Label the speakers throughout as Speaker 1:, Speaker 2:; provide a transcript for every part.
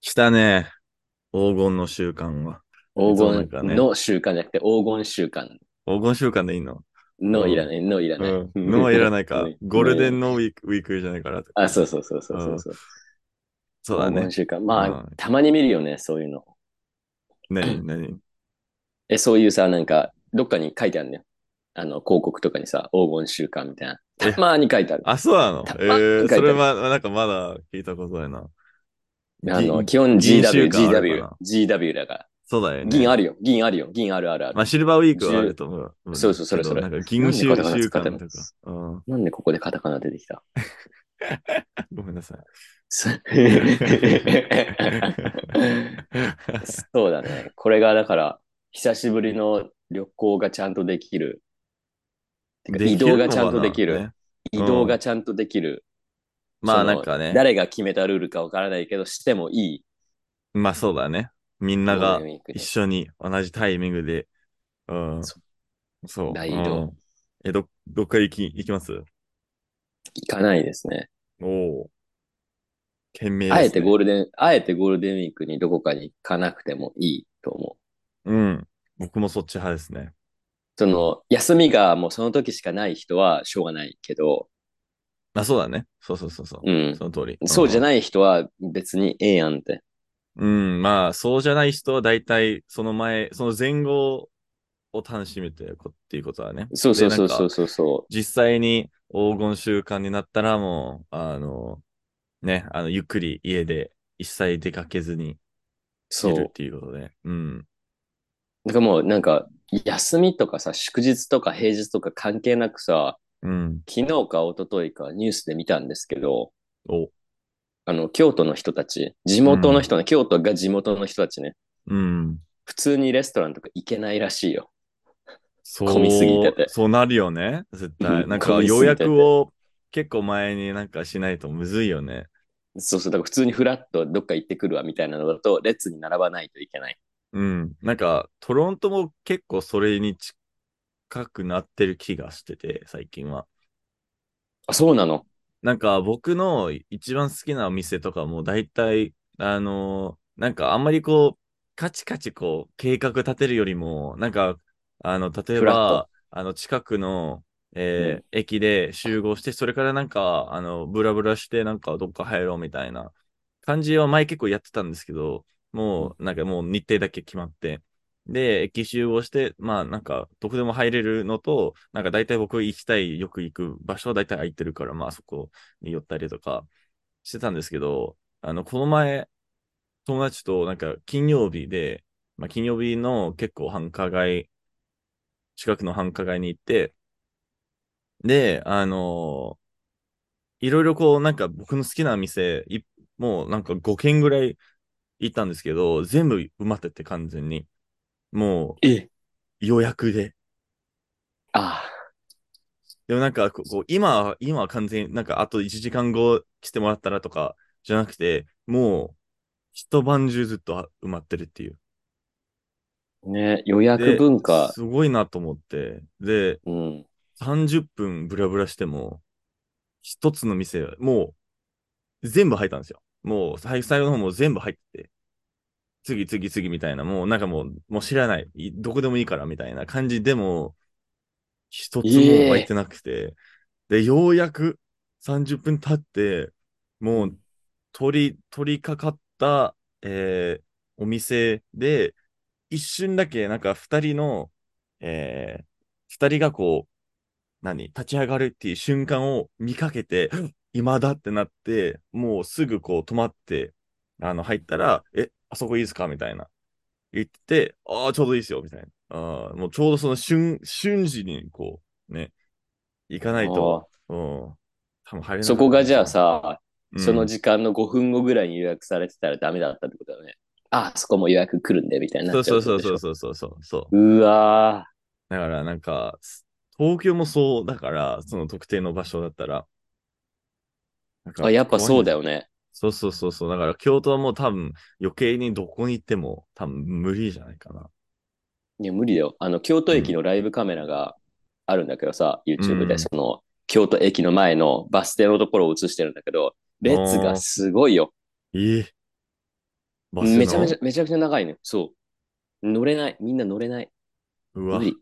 Speaker 1: したね。黄金の習慣は。
Speaker 2: 黄
Speaker 1: そうなんか
Speaker 2: 金
Speaker 1: ね
Speaker 2: の習慣じゃなくて黄金習慣
Speaker 1: 黄金習慣でいいの
Speaker 2: のいらない、のいらない。
Speaker 1: うん。のはいらないか
Speaker 2: うん。
Speaker 1: ゴールデンのウィークウィークじゃないから。
Speaker 2: あ、そうそうそうそうそうそう。
Speaker 1: そうだ
Speaker 2: 黄
Speaker 1: ね
Speaker 2: 金。習慣。まあ、
Speaker 1: うん
Speaker 2: たまに見るよね、そういうの。
Speaker 1: 何何
Speaker 2: え、そういうさ、なんか、どっかに書いてあるんだよ。あの、広告とかにさ、黄金習慣みたいな。
Speaker 1: え
Speaker 2: たまに書いてある。
Speaker 1: あ、そうなの
Speaker 2: たま
Speaker 1: え
Speaker 2: に書
Speaker 1: ー
Speaker 2: いてあ
Speaker 1: そ
Speaker 2: る
Speaker 1: れは、なんかまだ聞いたことないな。
Speaker 2: あの、
Speaker 1: 銀
Speaker 2: 基本
Speaker 1: 銀習
Speaker 2: GW、
Speaker 1: 慣ある
Speaker 2: GW
Speaker 1: か、
Speaker 2: GW だから。
Speaker 1: そうだよね。
Speaker 2: 銀あるよ、銀あるよ、銀あるあるある。
Speaker 1: まあ、シルバーウィークはあると思う。うん
Speaker 2: そうそうそれそれ
Speaker 1: なんか銀習習
Speaker 2: なんでこれが使って
Speaker 1: 慣と
Speaker 2: るの
Speaker 1: か。うん。
Speaker 2: なんでここでカタカナ出てきた
Speaker 1: ごめんな さい。
Speaker 2: そそうだね。これがだから、久しぶりの旅行がちゃんとできる。てか移動がちゃんとできる。
Speaker 1: ね
Speaker 2: 移動がちゃんとできる。
Speaker 1: まあ
Speaker 2: その
Speaker 1: なんかね
Speaker 2: 誰が決めたルールかわからないけど、してもいい。
Speaker 1: まあそうだね。みんな
Speaker 2: ゴー
Speaker 1: が
Speaker 2: ルデンウィークに
Speaker 1: 一緒に同じタイミングで。うん。
Speaker 2: そ
Speaker 1: そう。
Speaker 2: 大移動
Speaker 1: うんえ、ど、どっか行き、行きます
Speaker 2: 行かないですね。
Speaker 1: おお。懸命です、ね。
Speaker 2: あえてゴールデン、あえてゴールデンウィークにどこかに行かなくてもいいと思う。
Speaker 1: うん。僕もそっち派ですね。
Speaker 2: その、休みがもうその時しかない人はしょうがないけど、
Speaker 1: あ、そうだね。そうそうそうそう。
Speaker 2: うん。
Speaker 1: その通り。
Speaker 2: そうじゃ
Speaker 1: い。
Speaker 2: ない人は別にええやんって。
Speaker 1: うん。まあ、そうじゃない人は大体、その前、その前後を楽しむというこっていうことはね。
Speaker 2: そうそうそ
Speaker 1: でなん
Speaker 2: う
Speaker 1: か
Speaker 2: そうそうそ
Speaker 1: 実際に黄金習慣になったらもう、あの、ね、あの、ゆっくり家で一切出かけずに
Speaker 2: う。そ
Speaker 1: いる
Speaker 2: う
Speaker 1: っ。ていうことで。うん。
Speaker 2: だからもうなんか、休みとかさ、祝日とか平日とか関係なくさ、
Speaker 1: うん。
Speaker 2: 昨日か一昨日かニュースで見たんですけど、
Speaker 1: お。
Speaker 2: あの、京都の人たち、地元の人ね、京都が地元の人たちね、
Speaker 1: うん。
Speaker 2: 普通にレストランとか行けないらしいよ。
Speaker 1: そう。
Speaker 2: 混みすぎてて
Speaker 1: そうなるよね。絶対。
Speaker 2: うん
Speaker 1: なん
Speaker 2: 混
Speaker 1: か、
Speaker 2: みす
Speaker 1: よ
Speaker 2: ぎ
Speaker 1: う
Speaker 2: て
Speaker 1: や
Speaker 2: て
Speaker 1: くを結構前になんかしないとむずいよね。
Speaker 2: そうそう、だから普通にフラッとどっか行ってくるわみたいなのだと、列に並ばないといけない。
Speaker 1: うん。なんか、トロントも結構それに近くなってる気がしてて、最近は。
Speaker 2: あ、そうなの
Speaker 1: なんか僕の一番好きなお店とかも大体、あのーなんかあんまりこう、カチカチこう、計画立てるよりも、なんか、あの、例え
Speaker 2: フラッ
Speaker 1: ば
Speaker 2: ト、
Speaker 1: あの、近くの、えー駅で集合して、それからなんか、あの、ブラブラして、なんかどっか入ろうみたいな感じは前結構やってたんですけど、もう、なんかもう日程だけ決まって、で、駅集合して、まあなんか、どこでも入れるのと、なんか大体僕行きたい、よく行く場所は大体空いてるから、まあそこに寄ったりとかしてたんですけど、あの、この前、友達となんか金曜日で、まあ金曜日の結構繁華街、近くの繁華街に行って、で、あのいろいろこう、なんか僕の好きな店、いもうなんか5軒ぐらい行ったんですけど、全部埋まってて完全に。も
Speaker 2: え
Speaker 1: う予約で。
Speaker 2: あ
Speaker 1: でもなんかこう、こう今は、今は完全になんかあと1時間後来てもらったらとかじゃなくて、もう一晩中ずっと埋まってるっていう。
Speaker 2: あ、ね、予
Speaker 1: で
Speaker 2: 約文化。
Speaker 1: すごいなと思って。で、
Speaker 2: うん。
Speaker 1: 30分ブラブラしても、一つの店、もう全部入ったんですよ。もう最最後の方もう全部入ってて、次次次みたいな、もうなんかもう、もう知らない、いどこでもいいからみたいな感じでも、一つも湧いてなくて、で、ようやく30分経って、もう取り、取りかかった、えーお店で、一瞬だけなんか二人の、えー二人がこう、何立ち上がるっていう瞬間を見かけて、今だってなって、もうすぐこう止まって、あの、入ったら、え、あそこいいですかみたいな。言って、ああ、ちょうどいいですよ、みたいな。ああ、もうちょうどその瞬、瞬時にこう、ね、行かないと、うん、多分入れない。
Speaker 2: そこがじゃあ、さ、
Speaker 1: うん
Speaker 2: その時間の5分後ぐらいに予約されてたらダメだったってことだよね。あ、そこも予約来るんで、みたいにな
Speaker 1: そ
Speaker 2: っ
Speaker 1: う
Speaker 2: ちゃ
Speaker 1: そうう
Speaker 2: ってこ
Speaker 1: そ
Speaker 2: と
Speaker 1: う
Speaker 2: でし
Speaker 1: そ
Speaker 2: ょ
Speaker 1: うそうそうそうそう。
Speaker 2: うわ
Speaker 1: だからなんか、す東京もそうだから、その特定の場所だったら。なん
Speaker 2: ー
Speaker 1: か
Speaker 2: あ、やっぱそうだ
Speaker 1: 怖いんで
Speaker 2: よね。
Speaker 1: す。そうそうそうそう。だから京都はもう多分余計にどこに行っても多分無理じゃないかな。
Speaker 2: いや、無理だよ。あの、京都駅のライブカメラがあるんだけどさ、YouTube
Speaker 1: うん
Speaker 2: で、その、京都駅の前のバス停のところを映してるんだけど、列がすごいよ。
Speaker 1: ええバスの
Speaker 2: めちゃめちゃ、めちゃくちゃ長いね。そう。乗れない。みんな乗れない。
Speaker 1: うわ
Speaker 2: 無。理。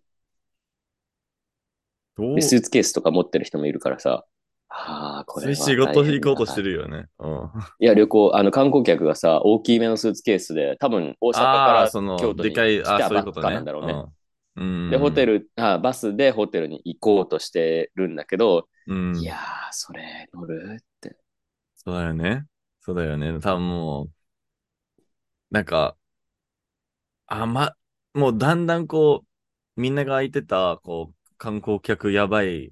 Speaker 1: どう
Speaker 2: でスーツケースとか持ってる人もいるからさ。ああ、これは大
Speaker 1: 仕
Speaker 2: 変だな。
Speaker 1: 事行こうとしてるよね。うん。
Speaker 2: いや、旅行、あの、観光客がさ、大きめのスーツケースで、多分、大阪
Speaker 1: ああ
Speaker 2: か
Speaker 1: ー、その
Speaker 2: ら京都
Speaker 1: で
Speaker 2: に
Speaker 1: かい、
Speaker 2: 来
Speaker 1: あー
Speaker 2: た
Speaker 1: そうい
Speaker 2: ば
Speaker 1: うこ
Speaker 2: っ
Speaker 1: と
Speaker 2: か
Speaker 1: ね。
Speaker 2: なんだろうね。
Speaker 1: うん。
Speaker 2: で、ホテ
Speaker 1: ル、
Speaker 2: ル、あバスでホテルに行こうとしてるんだけど、
Speaker 1: うん、
Speaker 2: いやー、それ、乗るって。
Speaker 1: そうだよね。そうだよね。多分もう、なんか、あま、もうだんだんこう、みんなが空いてた、こう、観光客やばい、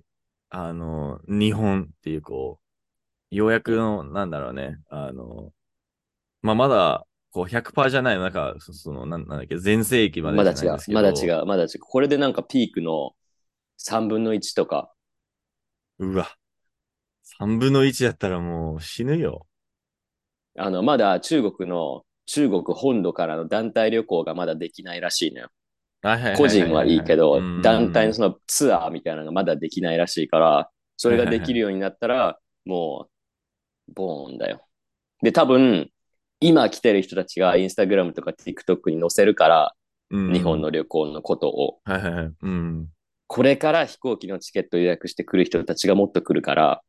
Speaker 1: あの、日本っていう、こう、ようやくの、なんだろうね、あの、まあ、まだ、こう100%じゃない、なんか、そその、なんなんだっけ、全盛期まで
Speaker 2: まだ
Speaker 1: じ
Speaker 2: 違
Speaker 1: ゃないん
Speaker 2: う
Speaker 1: です、けど。
Speaker 2: まだ違う、まだ違う。これでなんかピークの3分の1とか、
Speaker 1: うわ。3分の1だったらもう死ぬよ。
Speaker 2: あの、まだ中国の、中国本土からの団体旅行がまだできないらしいのよ。
Speaker 1: はいはいはいはいはい
Speaker 2: 個人はいいけど、団体の
Speaker 1: そ
Speaker 2: そのツアーみたいなのがまだできないらしいから、それができるようになったら、もう、ボーンだよ。で、多分、今来てる人たちがインスタグラムとか TikTok に載せるから、
Speaker 1: の
Speaker 2: 日本。の旅行のことを、
Speaker 1: はいはいはい。うん。
Speaker 2: これから飛行機のチケット予約してくる人たちがもっと来るから、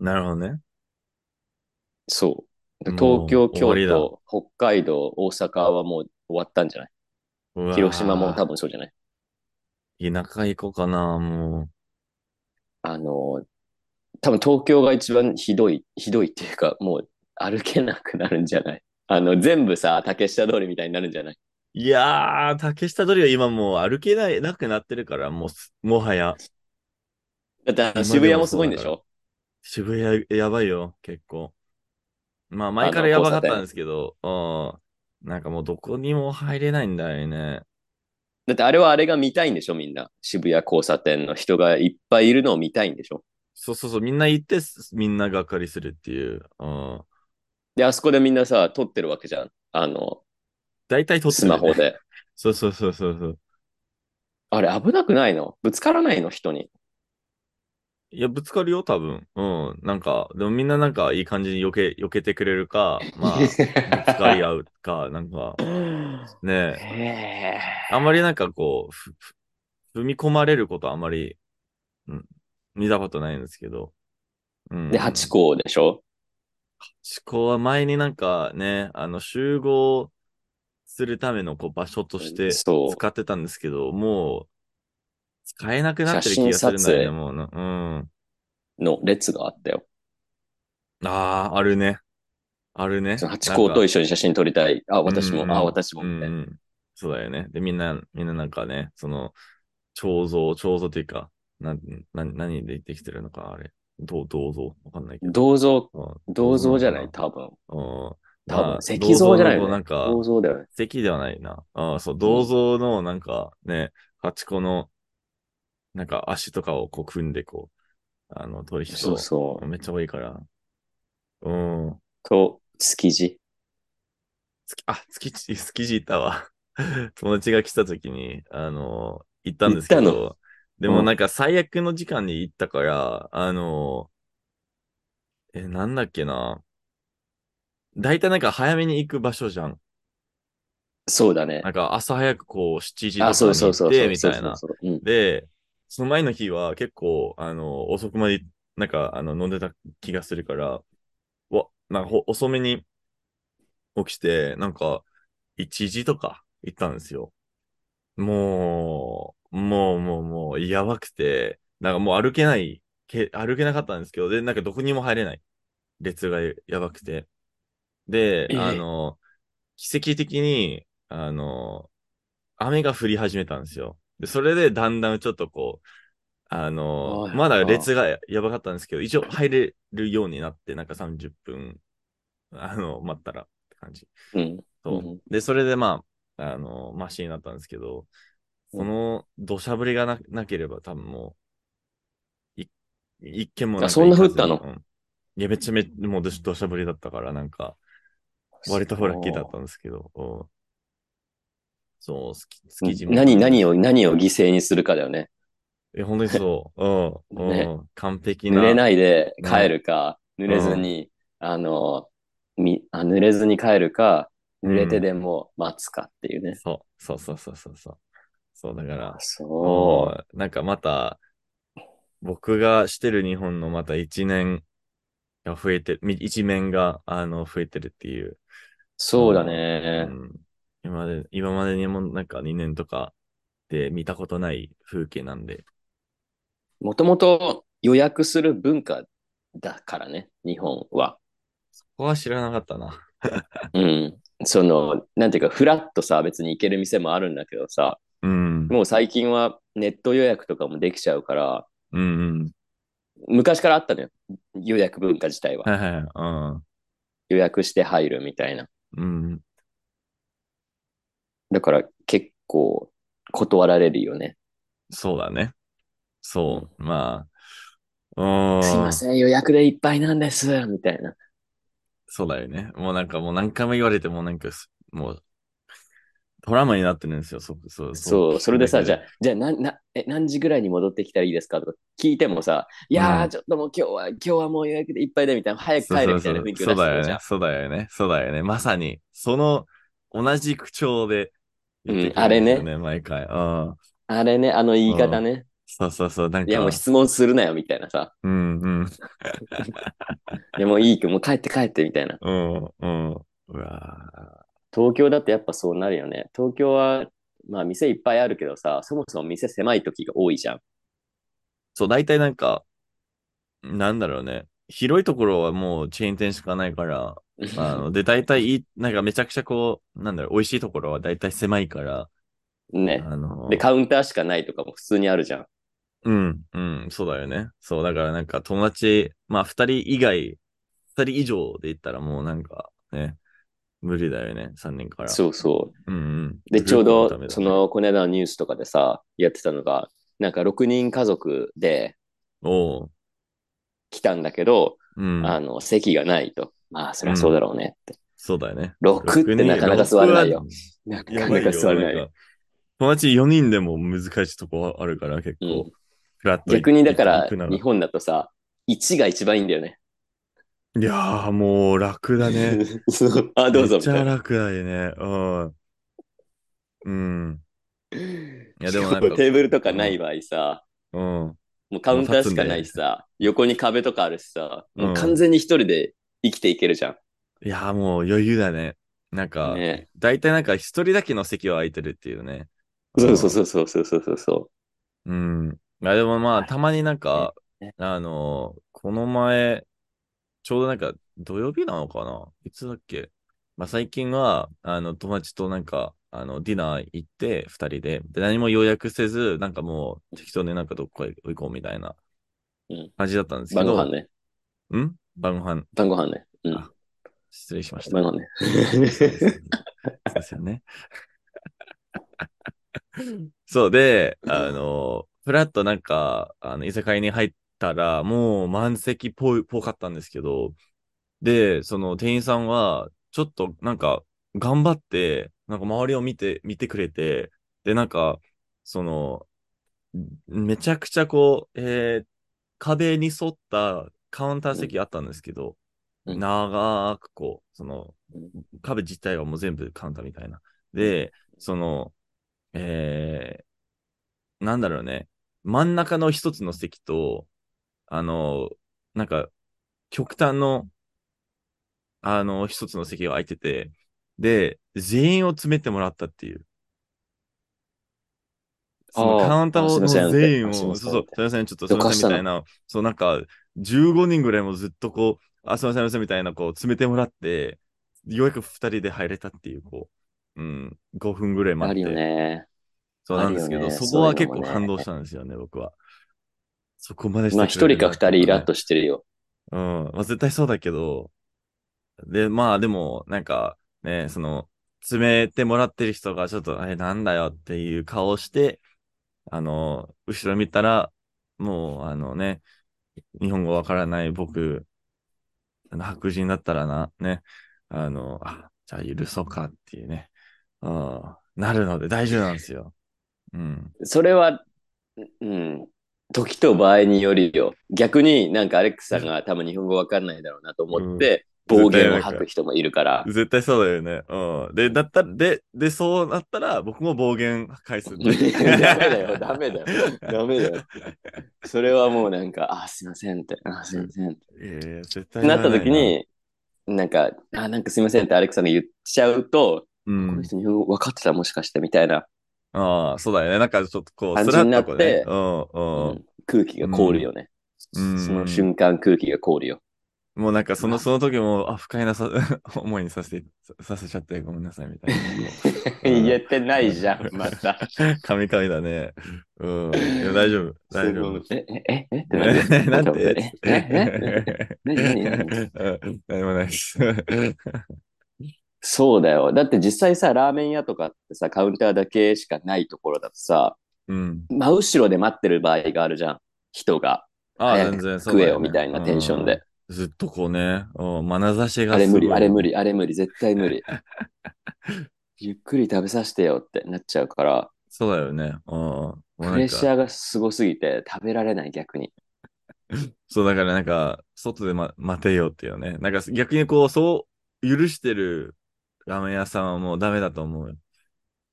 Speaker 1: なるほどね。
Speaker 2: そう。
Speaker 1: も
Speaker 2: 東
Speaker 1: う
Speaker 2: 京、
Speaker 1: 終わり
Speaker 2: 京
Speaker 1: だ
Speaker 2: 都、北海道、大阪はもう終わったんじゃないう
Speaker 1: わー
Speaker 2: 広島も多分そうじゃない
Speaker 1: 田舎行こうかな、も。
Speaker 2: あの、多分東京が一番ひどい、ひどいっていうか、もう歩けなくなるんじゃないあの、全部さ、竹下通りみたいになるんじゃないう
Speaker 1: いやー、竹下通りは今もう歩けない、なくなってるから、もうす、もはや。
Speaker 2: だって
Speaker 1: 今
Speaker 2: あ
Speaker 1: でも
Speaker 2: の渋谷もすごいんでしょ
Speaker 1: 渋谷やばいよ、結構。まあ、前からやばかったんですけど、うん。なんかもうどこにも入れないんだよね。
Speaker 2: だってあれはあれが見たいんでしょみんな。渋谷交差点の人がいっぱいいるのを見たいんでしょ
Speaker 1: そうそうそう、みんな行って、みんながっかりするっていう。うん。
Speaker 2: で、あそこでみんなさ、撮ってるわけじゃん。あの、
Speaker 1: 大体撮って
Speaker 2: ス
Speaker 1: るよ
Speaker 2: マ
Speaker 1: ね
Speaker 2: ホ。で。
Speaker 1: そうそうそうそうそう。
Speaker 2: あれ危なくないのぶつからないの人に。
Speaker 1: いや、ぶつかるよ、多分。うん。なんか、でもみんななんかいい感じに避け、避けてくれる か、まあ、ぶつかり合うか、なんか、ねえ、
Speaker 2: へ
Speaker 1: あんまりなんかこう、ふふ踏み込まれることあんまり、うん、見たことないんですけど。うん。
Speaker 2: ーで、ハチ公でしょ
Speaker 1: 思考は前になんかね、あの、集合するためのこう場所として
Speaker 2: そう
Speaker 1: 使ってたんですけど、もう、使えなくなってる気がするんだよ
Speaker 2: 写真撮
Speaker 1: ね、
Speaker 2: 影
Speaker 1: もうな。うん。
Speaker 2: の列があったよ。
Speaker 1: ああ、あるね。あるね。
Speaker 2: そのハチ公と
Speaker 1: なん
Speaker 2: 一
Speaker 1: か
Speaker 2: 緒に写真撮りたい。あ、私も、
Speaker 1: うんうん
Speaker 2: あ、私も、
Speaker 1: う
Speaker 2: み
Speaker 1: ん
Speaker 2: た
Speaker 1: う
Speaker 2: いな。
Speaker 1: ん。そうだよね。で、みんな、みんななんかね、その、彫像、彫像っていうか、なん、な、何でできてるのか、あれ。どう、銅像わかんないけど。
Speaker 2: 銅像、
Speaker 1: うん
Speaker 2: 銅像じゃな
Speaker 1: 銅
Speaker 2: い
Speaker 1: 像
Speaker 2: 多分。
Speaker 1: うん。多
Speaker 2: 多分、石像じゃないよ、ね。
Speaker 1: なんか、
Speaker 2: 銅像だよね。
Speaker 1: 石ではないな。ああ、そう、銅像のなんかね、ハチ公の、なんか足とかをこう組んでこう、あの、取る人
Speaker 2: そうそう。
Speaker 1: めっちゃ多いから。うん。
Speaker 2: と、築地。
Speaker 1: つきあ、築地、築地行ったわ。 友達が来た時に、あの、行ったんですけ
Speaker 2: 行った
Speaker 1: ど、でも
Speaker 2: うん
Speaker 1: なんか最悪の時間に行ったから、あの、え、なんだっけな。大体なんか早めに行く場所じゃん。
Speaker 2: そうだね
Speaker 1: な。んか朝早くこう7時とか
Speaker 2: あ、そうそう
Speaker 1: に行
Speaker 2: そ
Speaker 1: っ
Speaker 2: うそう。
Speaker 1: て、みたいな。
Speaker 2: そうそうそううん
Speaker 1: で、その前の日は結構、あの、遅くまで、なんか、あの、飲んでた気がするから、わ、なんかほ、遅めに起きて、なんか、1時とか行ったんですよ。もう、もう、もう、もう、やばくて、なんかもう歩けない、け歩けなかったんですけど、で、なんかどこにも入れない。列がやばくて。で、
Speaker 2: ええ
Speaker 1: あの、奇跡的に、あの、雨が降り始めたんですよ。で、それでだんだんちょっとこう、あの
Speaker 2: は、い
Speaker 1: まだ列がややばかったんですけど、一応入れるようになって、なんか30分、あの、待ったらって感じ。
Speaker 2: うん。
Speaker 1: そう
Speaker 2: うん
Speaker 1: で、それでまあ、あの、マシになったんですけど、
Speaker 2: うん
Speaker 1: その土砂降りがななければ多分もう、い一件も
Speaker 2: あ
Speaker 1: なんか
Speaker 2: そん
Speaker 1: 行
Speaker 2: な
Speaker 1: か
Speaker 2: 降
Speaker 1: ず
Speaker 2: ったの
Speaker 1: にうんいや、めちゃめちゃ、もうどし土砂降りだったから、なんか、割とほら、ラッキーだったんですけど、うんそう、スキ築地も。
Speaker 2: 何、何
Speaker 1: を
Speaker 2: を、何を犠牲にするかだよね。
Speaker 1: え、本当に そう。うん、
Speaker 2: ね
Speaker 1: うん、完璧な。。
Speaker 2: 濡れないいで
Speaker 1: ね
Speaker 2: 帰るか、濡れずに、あの、みあ濡れずに帰るか、濡れてでも待つかっていうね。
Speaker 1: そう、そうそうそうそうそう。そう、だから、
Speaker 2: そ
Speaker 1: もう、なんかまた、僕がしてる日本のまた一年が増えて、み一面が、あの、増えてるっていう。
Speaker 2: う。そうだ
Speaker 1: う
Speaker 2: ね。
Speaker 1: ん、今まで、今までにもなんか2年とかで見たことない風景なんで。
Speaker 2: もともと予約する文化だからね、日本
Speaker 1: こ
Speaker 2: は。
Speaker 1: こは知らなかったな。
Speaker 2: うん。その、なんていうか、フラッとさ、別に行ける店もあるんだけどさ、
Speaker 1: うん。
Speaker 2: もう最近はネット予約とかもできちゃうから、
Speaker 1: うんうん。
Speaker 2: 昔からあったのよ。予約文化自体は。
Speaker 1: はいはいはい。
Speaker 2: 予約して入るみたいな。
Speaker 1: うん。うん。
Speaker 2: だから結構断られるよね。
Speaker 1: そうだね。そう。まあ。うーん。
Speaker 2: すいません、予約でいっぱいなんです、みたいな。
Speaker 1: そうだよね。もうなんかもう何回も言われてもなんかす、もう、トラウマになってるんですよ。そ、そう、
Speaker 2: そう、それでさ、じゃあ
Speaker 1: あ。、
Speaker 2: じゃあななえ何時ぐらいに戻ってきたらいいですかとか聞いてもさ、い
Speaker 1: う
Speaker 2: やー、
Speaker 1: ん
Speaker 2: ちょっともう今日は、今日はもう予約でいっぱいだみたいな、早く
Speaker 1: そう
Speaker 2: 帰る
Speaker 1: そうそ
Speaker 2: みたいな
Speaker 1: う
Speaker 2: 雰囲気を
Speaker 1: そう
Speaker 2: 出して
Speaker 1: だ
Speaker 2: る
Speaker 1: よ
Speaker 2: じゃ
Speaker 1: ね
Speaker 2: ん。。
Speaker 1: そうだよね。そうだよね。まさに、その、同じ口調で言ってくるんですよね、毎回。うん。
Speaker 2: あれね、あの言い方ね。
Speaker 1: そうそうそう。なんか、
Speaker 2: いや、もう質問するなよ、みたいなさ。
Speaker 1: うんうん。
Speaker 2: いや、もういいけど、もう帰って帰って、みたいな。
Speaker 1: うんうん。うわ
Speaker 2: 東京だとやっぱそうなるよね。東京は、まあ店いっぱいあるけどさ、そもそも店狭い時が多いじゃん。
Speaker 1: そう、大体なんか、なんだろうね。広いところはもうチェーン店しかないから、あの、で、大体いい、なんかめちゃくちゃこう、なんだろう、美味しいところは大体狭いから、あ
Speaker 2: ね。
Speaker 1: の、
Speaker 2: で、カウンターしかないとかも普通にあるじゃん。
Speaker 1: うん、うん、そうだよね。そう、だからなんか友達、まあ二人以外、二人以上で言ったらもうなんかね、無理だよね、三人から。
Speaker 2: そうそう。
Speaker 1: う。んうん。
Speaker 2: で、ちょう
Speaker 1: グループのため
Speaker 2: ど、
Speaker 1: だ
Speaker 2: そ、の、この間のニュースとかでさ、やってたのが、なんか6人家族で
Speaker 1: おう、
Speaker 2: 来たんだけど、
Speaker 1: うん。
Speaker 2: あの、席がないと。まあ、そりゃそうだろうねって。
Speaker 1: そうだよね。
Speaker 2: 六って
Speaker 1: 六人
Speaker 2: なかなか座れないよ。なか
Speaker 1: や
Speaker 2: な
Speaker 1: ばいよ
Speaker 2: か座れない
Speaker 1: なん
Speaker 2: よ。
Speaker 1: か友達4人でも難しいとこあるから結構
Speaker 2: うん、、
Speaker 1: フラット
Speaker 2: 逆にだから
Speaker 1: 行くな、
Speaker 2: 日本だとさ、1が一番いいんだよね。
Speaker 1: いやーもう楽だね。
Speaker 2: そう あ、どうぞ
Speaker 1: めっ
Speaker 2: み
Speaker 1: ち
Speaker 2: た
Speaker 1: ゃ
Speaker 2: いな。
Speaker 1: 楽だよね。うん。うん。いやでもなんか
Speaker 2: しか も、テーブルとかない場合さ、
Speaker 1: うん。
Speaker 2: もうカウンターしかないしさ、横に壁とかあるしさ、もううん完全に一人で生きていけるじゃ
Speaker 1: いやーもう余裕だね。なん
Speaker 2: ん。
Speaker 1: か、
Speaker 2: ね。
Speaker 1: 大体なんか一人だけの席は空いてるっていうね。
Speaker 2: そうそうそうそうそうそうそう。
Speaker 1: うん。まあでもまあ、たまになんか
Speaker 2: ね、
Speaker 1: あのーこの前、ちょうどなんか土曜日なのかないつだっけまあ最近は、あの、友達となんか、あの、ディナー行って、二人で、で、何も予約せず、なんかもう、適当になんかどっか行こうみたいな
Speaker 2: うん
Speaker 1: 感じだったんですけ
Speaker 2: 晩
Speaker 1: ど、
Speaker 2: ご飯ね。
Speaker 1: ん晩ご飯、
Speaker 2: 晩ご飯ね。うん。
Speaker 1: あ失礼しました。
Speaker 2: 晩ご飯 ね。
Speaker 1: そうですねそうですよね。そうで、あの、ふらっとなんか、あの、居酒屋に入ったら、もう満席っぽいぽかったんですけど、で、その店員さんは、ちょっとなんか、頑張って、なんか周りを見て、見てくれて、で、なんか、その、めちゃくちゃこう、えー壁に沿ったカウンター席あったんですけど、
Speaker 2: うん
Speaker 1: 長くこう、その
Speaker 2: うん、
Speaker 1: 壁自体はもう全部カウンターみたいな。で、その、えー、なんだろうね、真ん中の一つの席と、あの、なんか、極端の、あの、一つの席が空いてて、で、全員を詰めてもらったっていう。その
Speaker 2: あー
Speaker 1: カウンター
Speaker 2: あすい
Speaker 1: の
Speaker 2: ません
Speaker 1: 全員を、
Speaker 2: あすい
Speaker 1: そう
Speaker 2: ません
Speaker 1: そう、すいません、ちょっとすいませんみたいな、そう、なんか、15人ぐらいもずっとこう、あ、すいません、すいませんみたいな、こう、詰めてもらって、ようやく二人で入れたっていう、こう、うん、5分ぐらい待
Speaker 2: あ
Speaker 1: っ
Speaker 2: るよ
Speaker 1: て。
Speaker 2: ね。
Speaker 1: そうなんですけ
Speaker 2: あ
Speaker 1: ど、
Speaker 2: るよね
Speaker 1: そこは
Speaker 2: そうい
Speaker 1: 結
Speaker 2: うのも
Speaker 1: 構
Speaker 2: ね
Speaker 1: 感動したんですよね、僕は。そこまでして
Speaker 2: まあ
Speaker 1: く
Speaker 2: 一
Speaker 1: れ
Speaker 2: 人
Speaker 1: るな
Speaker 2: か
Speaker 1: っ
Speaker 2: 二
Speaker 1: てこと
Speaker 2: 人
Speaker 1: ね
Speaker 2: イラッとしてるよ。
Speaker 1: うん、まあ、絶対そうだけど、で、まあでも、なんかね、その、詰めてもらってる人がちょっと、え、なんだよっていう顔をして、あの、後ろ見たら、もう、あのね、日本語わからない僕、あの白人だったらな、ね、あの、あ、じゃあ許そうかっていうね、うん、なるので大丈夫なんですよ。うん。
Speaker 2: それは、うん、時と場合によりよ。逆になんかアレックスさんが多分日本語わかんないだろうなと思って、暴言を吐く人もいるから。
Speaker 1: 絶対そうだよね。うん。で、だったら、で、で、そうなったら、僕も暴言返す。
Speaker 2: ダメだよ、 ダメだよ、ダメだよ。それはもうなんか、あ、すいませんって、あ、すいませんって。
Speaker 1: いやいや絶対
Speaker 2: なった
Speaker 1: らい
Speaker 2: 時、に、なんか、あ、なんかすいませんってアレクさんが言っちゃうと、
Speaker 1: う
Speaker 2: この
Speaker 1: ん。
Speaker 2: 人日本語分かってたもしかしてみたいな、
Speaker 1: ああ、そうだよね。なんかちょっとこう、
Speaker 2: 感
Speaker 1: ス
Speaker 2: じ
Speaker 1: ラ
Speaker 2: にな
Speaker 1: ッ
Speaker 2: っ
Speaker 1: と
Speaker 2: て
Speaker 1: こうね。うん、うん。
Speaker 2: うん空気が凍るよね。
Speaker 1: うん
Speaker 2: その瞬間空気が凍るよ。
Speaker 1: もうなんかその、
Speaker 2: まあ
Speaker 1: その時も、あ、不快なさ思いにさせて、ささせちゃってごめんなさいみたいうん
Speaker 2: 言えてないじゃん、また。
Speaker 1: な。カミカミだね。うん。いや大丈夫。大丈夫。
Speaker 2: え、え、え、えってなるよ
Speaker 1: えなん
Speaker 2: え
Speaker 1: て
Speaker 2: え、え、え、何何何
Speaker 1: うん何もないです。
Speaker 2: そうだよ。だって実際さ、ラーメン屋とかってさ、カウンターだけしかないところだとさ、
Speaker 1: うん。
Speaker 2: 真後ろで待ってる場合があるじゃん。人が
Speaker 1: ああ、
Speaker 2: 早く
Speaker 1: 全然そう
Speaker 2: 食
Speaker 1: だ
Speaker 2: え
Speaker 1: よ
Speaker 2: よ
Speaker 1: ね
Speaker 2: みたいなテンションで。。
Speaker 1: うんずっとこうね、うん眼差しが
Speaker 2: あれ無理、あれ無
Speaker 1: 理。
Speaker 2: 理、あれ無理、絶対無理。 ゆっくり食べさせてよってなっちゃうから、
Speaker 1: そうだよね。うんもうなんか
Speaker 2: プレッシャーがすごすぎて食べられない逆に。
Speaker 1: そう、だからなんか、外で、ま、待てよっていうね。なんか逆にこう、そう、許してるラーメン屋さんはもうダメだと思うよ。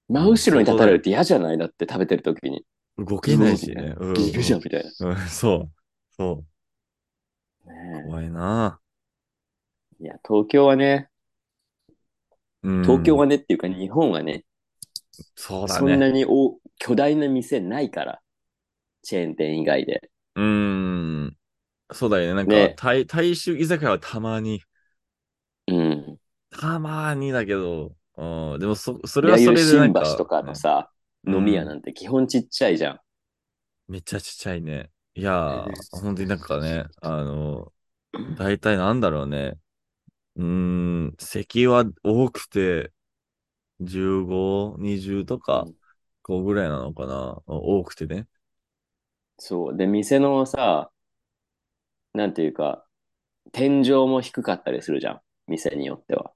Speaker 2: 真後ろに立たれるって嫌じゃないだって食べてる時に。
Speaker 1: 動けないしね。う
Speaker 2: いるじゃんみたいな。
Speaker 1: うん、そう。そ
Speaker 2: ね
Speaker 1: う。怖いな
Speaker 2: えいや、東京はね、
Speaker 1: うん。
Speaker 2: 東京はねっていうか日本はね、
Speaker 1: そうだ
Speaker 2: そんな
Speaker 1: ね。
Speaker 2: に大巨大な店ないから、チェーン店以外で。
Speaker 1: うん。そうだよね。なんか、
Speaker 2: ね
Speaker 1: 大大衆居酒屋はたまに、
Speaker 2: うん。
Speaker 1: たまにだけど、うん、でもそ、そ
Speaker 2: そ
Speaker 1: れはそれでなん
Speaker 2: 新
Speaker 1: か、
Speaker 2: 橋とかのさ、
Speaker 1: うん
Speaker 2: 飲み屋なんて基本ちっちゃいじゃん。
Speaker 1: めっちゃちっちゃいね。いや
Speaker 2: ね
Speaker 1: ー、本当になんかね、あの、大体なんだろうね。うーん、席は多くて、15、20とか
Speaker 2: うん、
Speaker 1: こうぐらいなのかな。多くてね。
Speaker 2: そう。で、店のさ、なんていうか、天井も低かったりするじゃん。店によっては。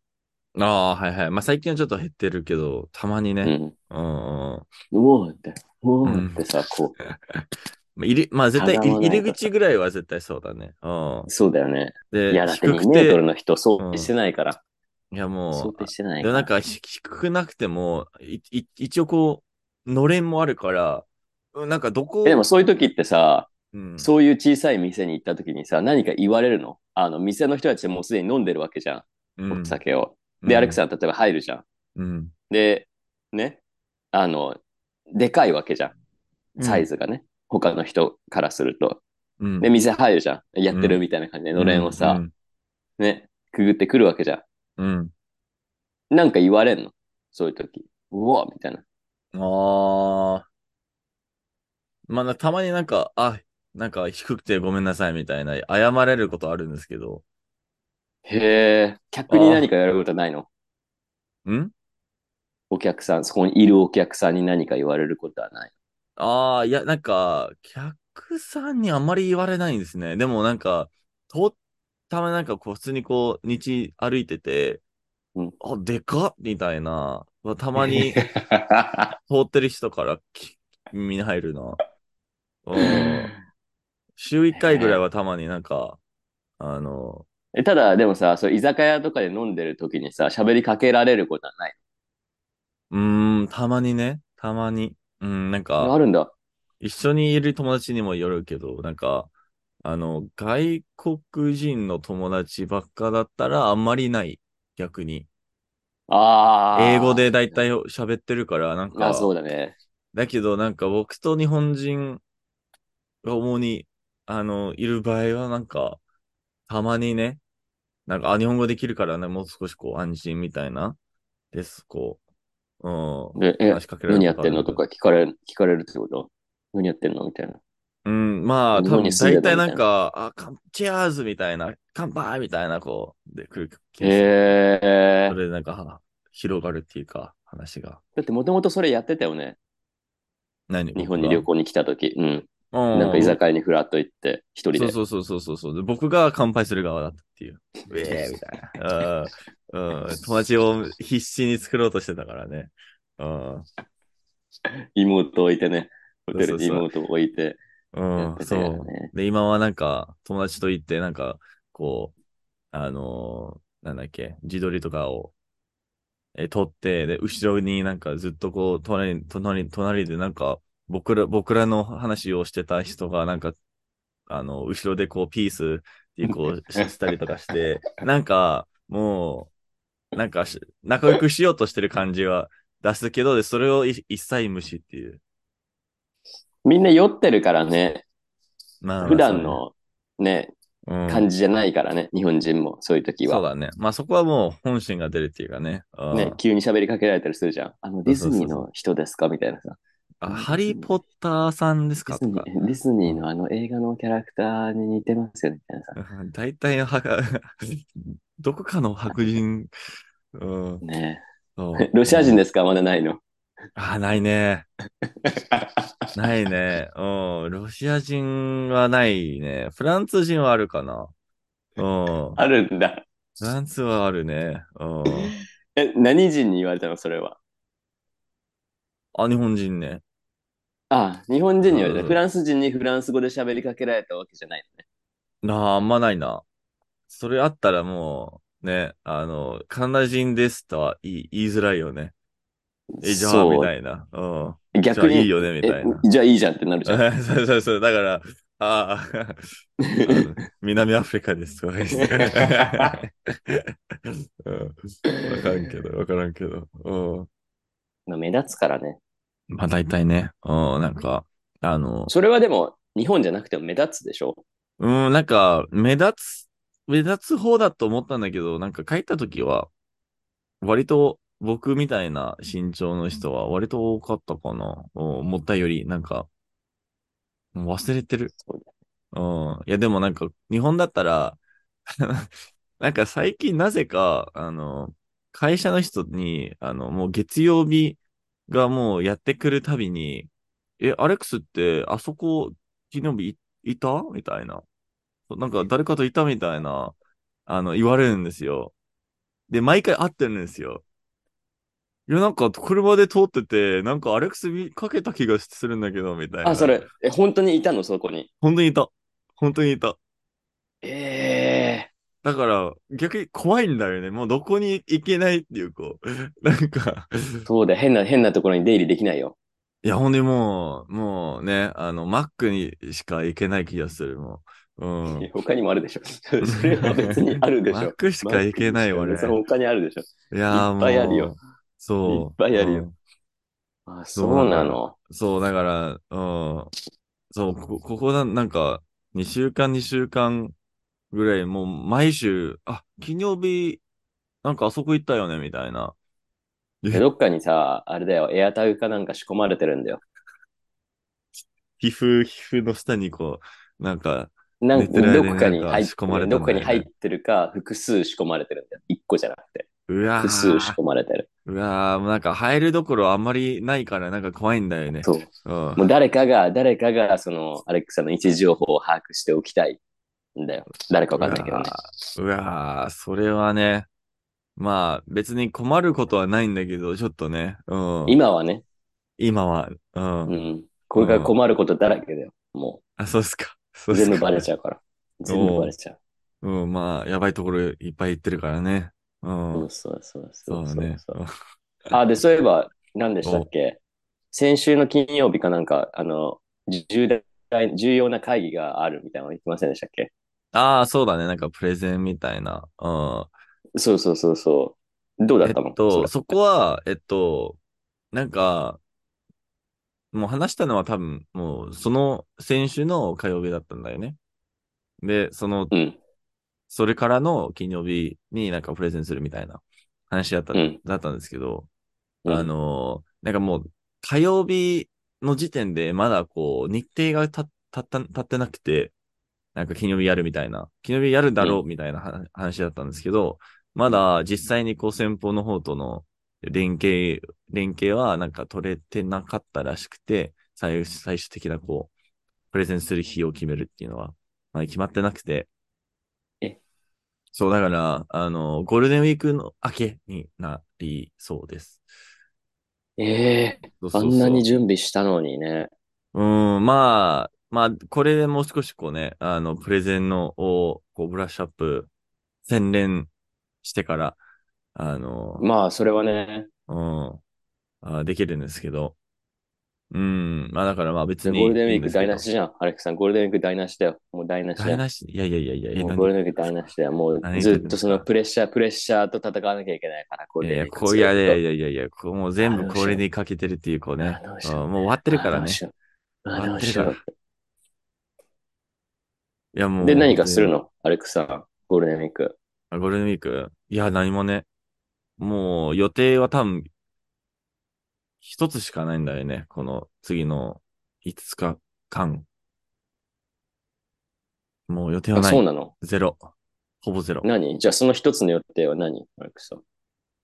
Speaker 1: ああ、はいはい。まあ最近はちょっと減ってるけど、たまに
Speaker 2: う
Speaker 1: ね。
Speaker 2: ん。
Speaker 1: うんうん。
Speaker 2: うおーって、うお
Speaker 1: うん
Speaker 2: ーってさ、こ
Speaker 1: まあ入り、まあ絶対
Speaker 2: たまら
Speaker 1: 入
Speaker 2: ない
Speaker 1: り入り口ぐらいは絶対そうだね。うん
Speaker 2: う、。そうだよね。
Speaker 1: で、
Speaker 2: いや、だって
Speaker 1: 低
Speaker 2: 2
Speaker 1: く
Speaker 2: メートル
Speaker 1: て、
Speaker 2: の人想定してないから。
Speaker 1: いやもう、
Speaker 2: 想定してな
Speaker 1: で
Speaker 2: いか
Speaker 1: も
Speaker 2: ら。
Speaker 1: なんかひ低くなくても、いい一応こう、のれんもあるから、うんなんかどこ、
Speaker 2: えでもそういう時ってさ、
Speaker 1: うん、
Speaker 2: そういう小さい店に行った時にさ、何か言われるのあの、店の人たちもうすでに飲んでるわけじゃ。
Speaker 1: うんん
Speaker 2: お酒を。で、アレクさん例えば入るじゃん。
Speaker 1: うん、
Speaker 2: で、ね、あの、でかいわけじゃん。サイズがね。他の人からすると。
Speaker 1: うん、
Speaker 2: で、店入るじゃん。やって
Speaker 1: う
Speaker 2: る
Speaker 1: ん
Speaker 2: みたいな感じで、
Speaker 1: うん
Speaker 2: のれんをさ、、ね、くぐってくるわけじゃ
Speaker 1: うん。うん
Speaker 2: ん。なんか言われんのそういう時。うわみたいな。
Speaker 1: ああ。まあ、なたまになんか、あ、なんか低くてごめんなさいみたいな、謝れることあるんですけど、
Speaker 2: へえ。客に何かやることないの
Speaker 1: ん
Speaker 2: お客さん、そこにいるお客さんに何か言われることはない。
Speaker 1: ああ、いや、なんか、客さんにあんまり言われないんですね。でもなんか、と、たまになんかこう、普通にこう、道歩いてて、
Speaker 2: うん
Speaker 1: あ、でかっみたいな、たま に通ってる人からき耳に入る な。うん週1回ぐらいはたまになんか、あの、
Speaker 2: えただ、でもさ、そう居酒屋とかで飲んでる時にさ、喋りかけられることはない。
Speaker 1: うーん、たまにね、たまに。うん、なん
Speaker 2: あ
Speaker 1: か、
Speaker 2: るんだ。
Speaker 1: 一緒にいる友達にもよるけど、なんか、あの、外国人の友達ばっかだったらあんまりない、逆に。
Speaker 2: ああ。
Speaker 1: 英語で大体喋ってるから、なん
Speaker 2: あ、
Speaker 1: か、
Speaker 2: そうだね。
Speaker 1: だけどなんか僕と日本人が主に、あの、いる場合はなんか、たまにね、なんか、あ、日本語できるからね、もう少しこう安心みたいな、です、こう、うん、
Speaker 2: でえ、
Speaker 1: 話しかけられる
Speaker 2: 何やってんの
Speaker 1: ことと
Speaker 2: か
Speaker 1: ある
Speaker 2: 聞かれる、聞かれるってこと何やってんのみたいな。
Speaker 1: うん、まあ、
Speaker 2: 日
Speaker 1: 多
Speaker 2: 本
Speaker 1: 分
Speaker 2: に住ん
Speaker 1: 大
Speaker 2: でた
Speaker 1: 体
Speaker 2: みた
Speaker 1: ない
Speaker 2: なん
Speaker 1: か、あ、カン、チェアーズみたいな、乾杯みたいな、こう、で、来る気がする。
Speaker 2: へえ
Speaker 1: そ。れでなんか、は広がるっていうか、話が。
Speaker 2: だってもともとそれやってたよね。
Speaker 1: 何
Speaker 2: 日本に旅行に来た時。うん。
Speaker 1: 行。う
Speaker 2: なんか居酒屋にフラッと行って、一人で。
Speaker 1: そうそうそうそうそうそうで。僕が乾杯する側だったって いう。ウェーみたいな。うんうん友達を必死に作ろうとしてたからね。うん
Speaker 2: 妹置いてね。ホテ
Speaker 1: そ
Speaker 2: ル
Speaker 1: うそ
Speaker 2: に
Speaker 1: うそう
Speaker 2: 妹置いてやっ
Speaker 1: うん、
Speaker 2: てた
Speaker 1: そ
Speaker 2: よ
Speaker 1: う。
Speaker 2: ね。
Speaker 1: で、今はなんか友達と行って、なんかこう、あのなんだっけ、自撮りとかを、え、撮って、で、後ろになんかずっとこう、隣、隣、隣でなんか、僕ら、僕らの話をしてた人が、なんか、あの、後ろでこう、ピースってこう、したりとか して、なんか、もう、なんかし、仲良くしようとしてる感じは出すけど、で、それをい一切無視っていう。
Speaker 2: みんな酔ってるからね、
Speaker 1: まあまあ
Speaker 2: 普段の
Speaker 1: そ
Speaker 2: ね、
Speaker 1: うね、うん
Speaker 2: 感じじゃないからね、日本人もそういう時
Speaker 1: そう
Speaker 2: は。
Speaker 1: だね。まあそこはもう本心が出るっていうかね。うん
Speaker 2: ね、急に喋りかけられたりするじゃん。あの、ディズニーの人ですかみたいなさ。
Speaker 1: あ、ハリー・ポッターさんです
Speaker 2: デ
Speaker 1: か
Speaker 2: ィズ
Speaker 1: と
Speaker 2: ニ
Speaker 1: か。
Speaker 2: ーディズニーのあの映画のキャラクターに似てますよね、みたいなさ。
Speaker 1: うん 大体は、 どこかの白人、うん、
Speaker 2: ね
Speaker 1: そう
Speaker 2: えロシア人ですかまだないの。
Speaker 1: あ、ないね。ないね。うん、ロシア人はないね。フランス人はあるかな。うん、
Speaker 2: あるんだ。
Speaker 1: フランスはあるね。うん、
Speaker 2: え、何人に言われたのそれは。
Speaker 1: あ、日本人ね。
Speaker 2: あ、日本人に言われ
Speaker 1: うん
Speaker 2: た。フランス人にフランス語で喋りかけられたわけじゃないのね。
Speaker 1: なあ、あんまないな。それあったらもう、ね、あの、カナダ人ですとは言い言いづらいよね。え、じゃあ、みた
Speaker 2: い
Speaker 1: いな。うん。
Speaker 2: な。
Speaker 1: じゃあ
Speaker 2: 逆に、
Speaker 1: いいよね、みたいな。
Speaker 2: えじゃあいいじゃんってなる じゃん。
Speaker 1: そうそうそう。だから、ああ、あの南アフリカですとか言ってうん。わからんけど、わからんけど。うん。
Speaker 2: まあ目立つからね。
Speaker 1: まあ大体ね、うん、なんか、あの、
Speaker 2: それはでも、日本じゃなくても目立つでしょ
Speaker 1: うん、なんか、目立つ、目立つ方だと思ったんだけど、なんか帰った時は、割と僕みたいな身長の人は割と多かったかな。うん、思ったより、なんか、忘れてる。
Speaker 2: そうだ
Speaker 1: うん。いや、でもなんか、日本だったら、 なんか最近なぜか、あの、会社の人に、あの、もう月曜日がもうやってくるたびに、え、アレックスって、あそこ、昨日日いいたみたいな。なんか誰かといたみたいな、あの、言われるんですよ。で、毎回会ってるんですよ。いや、なんか車で通ってて、なんかアレックス見かけた気がするんだけど、みたいな。
Speaker 2: あ、それ、え、本当にいたのそこに。
Speaker 1: 本当にいた。本当にいた。
Speaker 2: ええ
Speaker 1: だから、逆に怖いんだよね。もうどこに行けないっていう、こう。 なんか、
Speaker 2: そうだよ、変な、変なところに出入りできないよ。
Speaker 1: いや、ほんでもう、もうね、あの、マックにしか行けない気がする、もう。う
Speaker 2: い
Speaker 1: ん
Speaker 2: や。他にもあるでしょ。 それは別にあるでし
Speaker 1: マッ
Speaker 2: ょ。
Speaker 1: クしか行けないわね。
Speaker 2: 別に他にあるでしょ。
Speaker 1: いやー
Speaker 2: いっぱいあるよ
Speaker 1: もう。そう。
Speaker 2: いっぱいあるよ
Speaker 1: うん
Speaker 2: あ、そうなの。
Speaker 1: そう、だから、うん。そう、こここな、なんか、2週間、2週間ぐらい、もう毎週、あ、金曜日、なんかあそこ行ったよね、みたいな。
Speaker 2: でどっかにさ、あれだよ、エアタグかなんか仕込まれてるんだよ。
Speaker 1: 皮膚、皮膚の下にこう、なんか、
Speaker 2: なん
Speaker 1: 寝てる間
Speaker 2: ど
Speaker 1: に
Speaker 2: こかに
Speaker 1: なん
Speaker 2: 入
Speaker 1: か
Speaker 2: っ
Speaker 1: 仕込まれてんだよね
Speaker 2: どこかに入ってるか、複数仕込まれてるんだよ。一個じゃなくて、
Speaker 1: うわ
Speaker 2: 複数仕
Speaker 1: ー
Speaker 2: 込まれてる。
Speaker 1: うわーもうなんか入るどころあんまりないから、なんか怖いんだよね。
Speaker 2: そう。
Speaker 1: うん。
Speaker 2: もう誰かが、誰かが、その、アレクサの位置情報を把握しておきたいんだよ。誰かわかんないけどね。
Speaker 1: うわーそれはね、まあ、別に困ることはないんだけど、ちょっとね、うん。
Speaker 2: 今はね、
Speaker 1: 今は、うん。
Speaker 2: うん。これから困ることだらけだよ。も、
Speaker 1: あ、そうっすか。そううっすか
Speaker 2: 全部バレちゃうから。全部バレちゃう。
Speaker 1: うん、まあ、やばいところいっぱい行ってるからね。う
Speaker 2: そ
Speaker 1: ん
Speaker 2: う。そうそう
Speaker 1: そ
Speaker 2: そうう
Speaker 1: だ
Speaker 2: そう
Speaker 1: ね。
Speaker 2: そうあ、で、そういえば、何でしたっけ先週の金曜日かなんか、あの、重大、重要な会議があるみたいなの言ってませんでしたっけ
Speaker 1: ああ、そうだね。なんかプレゼンみたいな。うん。
Speaker 2: そうそうそうそう。どうだ
Speaker 1: え
Speaker 2: っ
Speaker 1: った
Speaker 2: のそ
Speaker 1: と、
Speaker 2: れ
Speaker 1: そこは、えっと、なんか、もう話したのは多分、もう、その先週の火曜日だったんだよね。で、その、
Speaker 2: うん、
Speaker 1: それからの金曜日になんかプレゼンするみたいな話だった、
Speaker 2: うん
Speaker 1: だったんですけど、
Speaker 2: うん
Speaker 1: あのーなんかもう、火曜日の時点でまだこう、日程がたたった立ってなくて、なんか金曜日やるみたいな、金曜日やるだろうみたいなは話だったんですけど、まだ実際にこう先方の方との連携、連携はなんか取れてなかったらしくて、最最終的なこう、プレゼンする日を決めるっていうのは、まあ、決まってなくて。
Speaker 2: え
Speaker 1: そう、だから、あの、ゴールデンウィークの明けになりそうです。
Speaker 2: ええ
Speaker 1: そうそ
Speaker 2: あ
Speaker 1: うそうん
Speaker 2: なに準備したのにね。
Speaker 1: うん、まあ、まあ、これでもう少しこうね、あの、プレゼンのを、こう、ブラッシュアップ、洗練してから、あの、
Speaker 2: まあ、それはね、
Speaker 1: うん、あできるんですけど。うん、まあだからまあ別
Speaker 2: ゴ
Speaker 1: に。
Speaker 2: ールデンウィーク台無
Speaker 1: な
Speaker 2: しじゃん、アレックさん。ゴールデンウィーク台無しだよ。もう台無しだ
Speaker 1: 台
Speaker 2: よ。
Speaker 1: 無し。いやいやいやいや、え
Speaker 2: もう
Speaker 1: 何
Speaker 2: ゴールデンウィーク台無しだよ。もう
Speaker 1: 何
Speaker 2: ずっとそのプレッシャー、プレッシャーと戦わなきゃいけないから、ゴー
Speaker 1: い
Speaker 2: ル
Speaker 1: やいや、
Speaker 2: デンウィーク
Speaker 1: こういやいやいやいやいや、こうもう全部これにかけてるっていう、こうね
Speaker 2: あ。どうし
Speaker 1: うん
Speaker 2: よう
Speaker 1: もう終わってるからね。
Speaker 2: ね。あ
Speaker 1: 終
Speaker 2: ど
Speaker 1: わっ
Speaker 2: う
Speaker 1: てる
Speaker 2: し
Speaker 1: か
Speaker 2: よ
Speaker 1: ら
Speaker 2: う。
Speaker 1: いやもう。
Speaker 2: で、何かするのアレックさん、ゴールデンウィーク。
Speaker 1: あゴールデンウィークいや、何もね。もう予定は多分、一つしかないんだよね。この次の5日間。もう予定は
Speaker 2: あ
Speaker 1: な
Speaker 2: そう
Speaker 1: い。
Speaker 2: なの
Speaker 1: ゼロ。ほぼゼロ。
Speaker 2: 何じゃあその一つの予定は何アレックさん。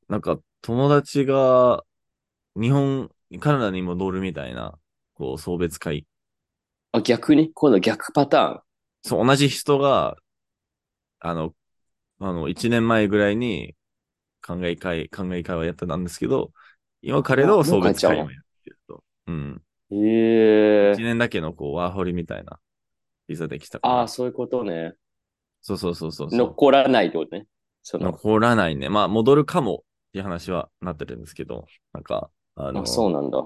Speaker 1: なんか友達が日本、カナダに戻るみたいな、こう送別会。
Speaker 2: あ、逆に今度逆パターン。
Speaker 1: そう、同じ人が、あの、あの、1年前ぐらいに考え会、考え会はやってたんですけど、今彼
Speaker 2: も
Speaker 1: の
Speaker 2: う
Speaker 1: 送別会
Speaker 2: もう帰っちゃうの
Speaker 1: もやってると。うん。
Speaker 2: ええ
Speaker 1: 1年だけのこう、ワーホリみたいなビザできたから。
Speaker 2: ああ、そういうことね。
Speaker 1: そうそうそうそうそう。
Speaker 2: 残らないってことね。その、
Speaker 1: 残らないね。まあ、戻るかもっていう話はなってるんですけど、なんか、あの、
Speaker 2: あそうなんだ。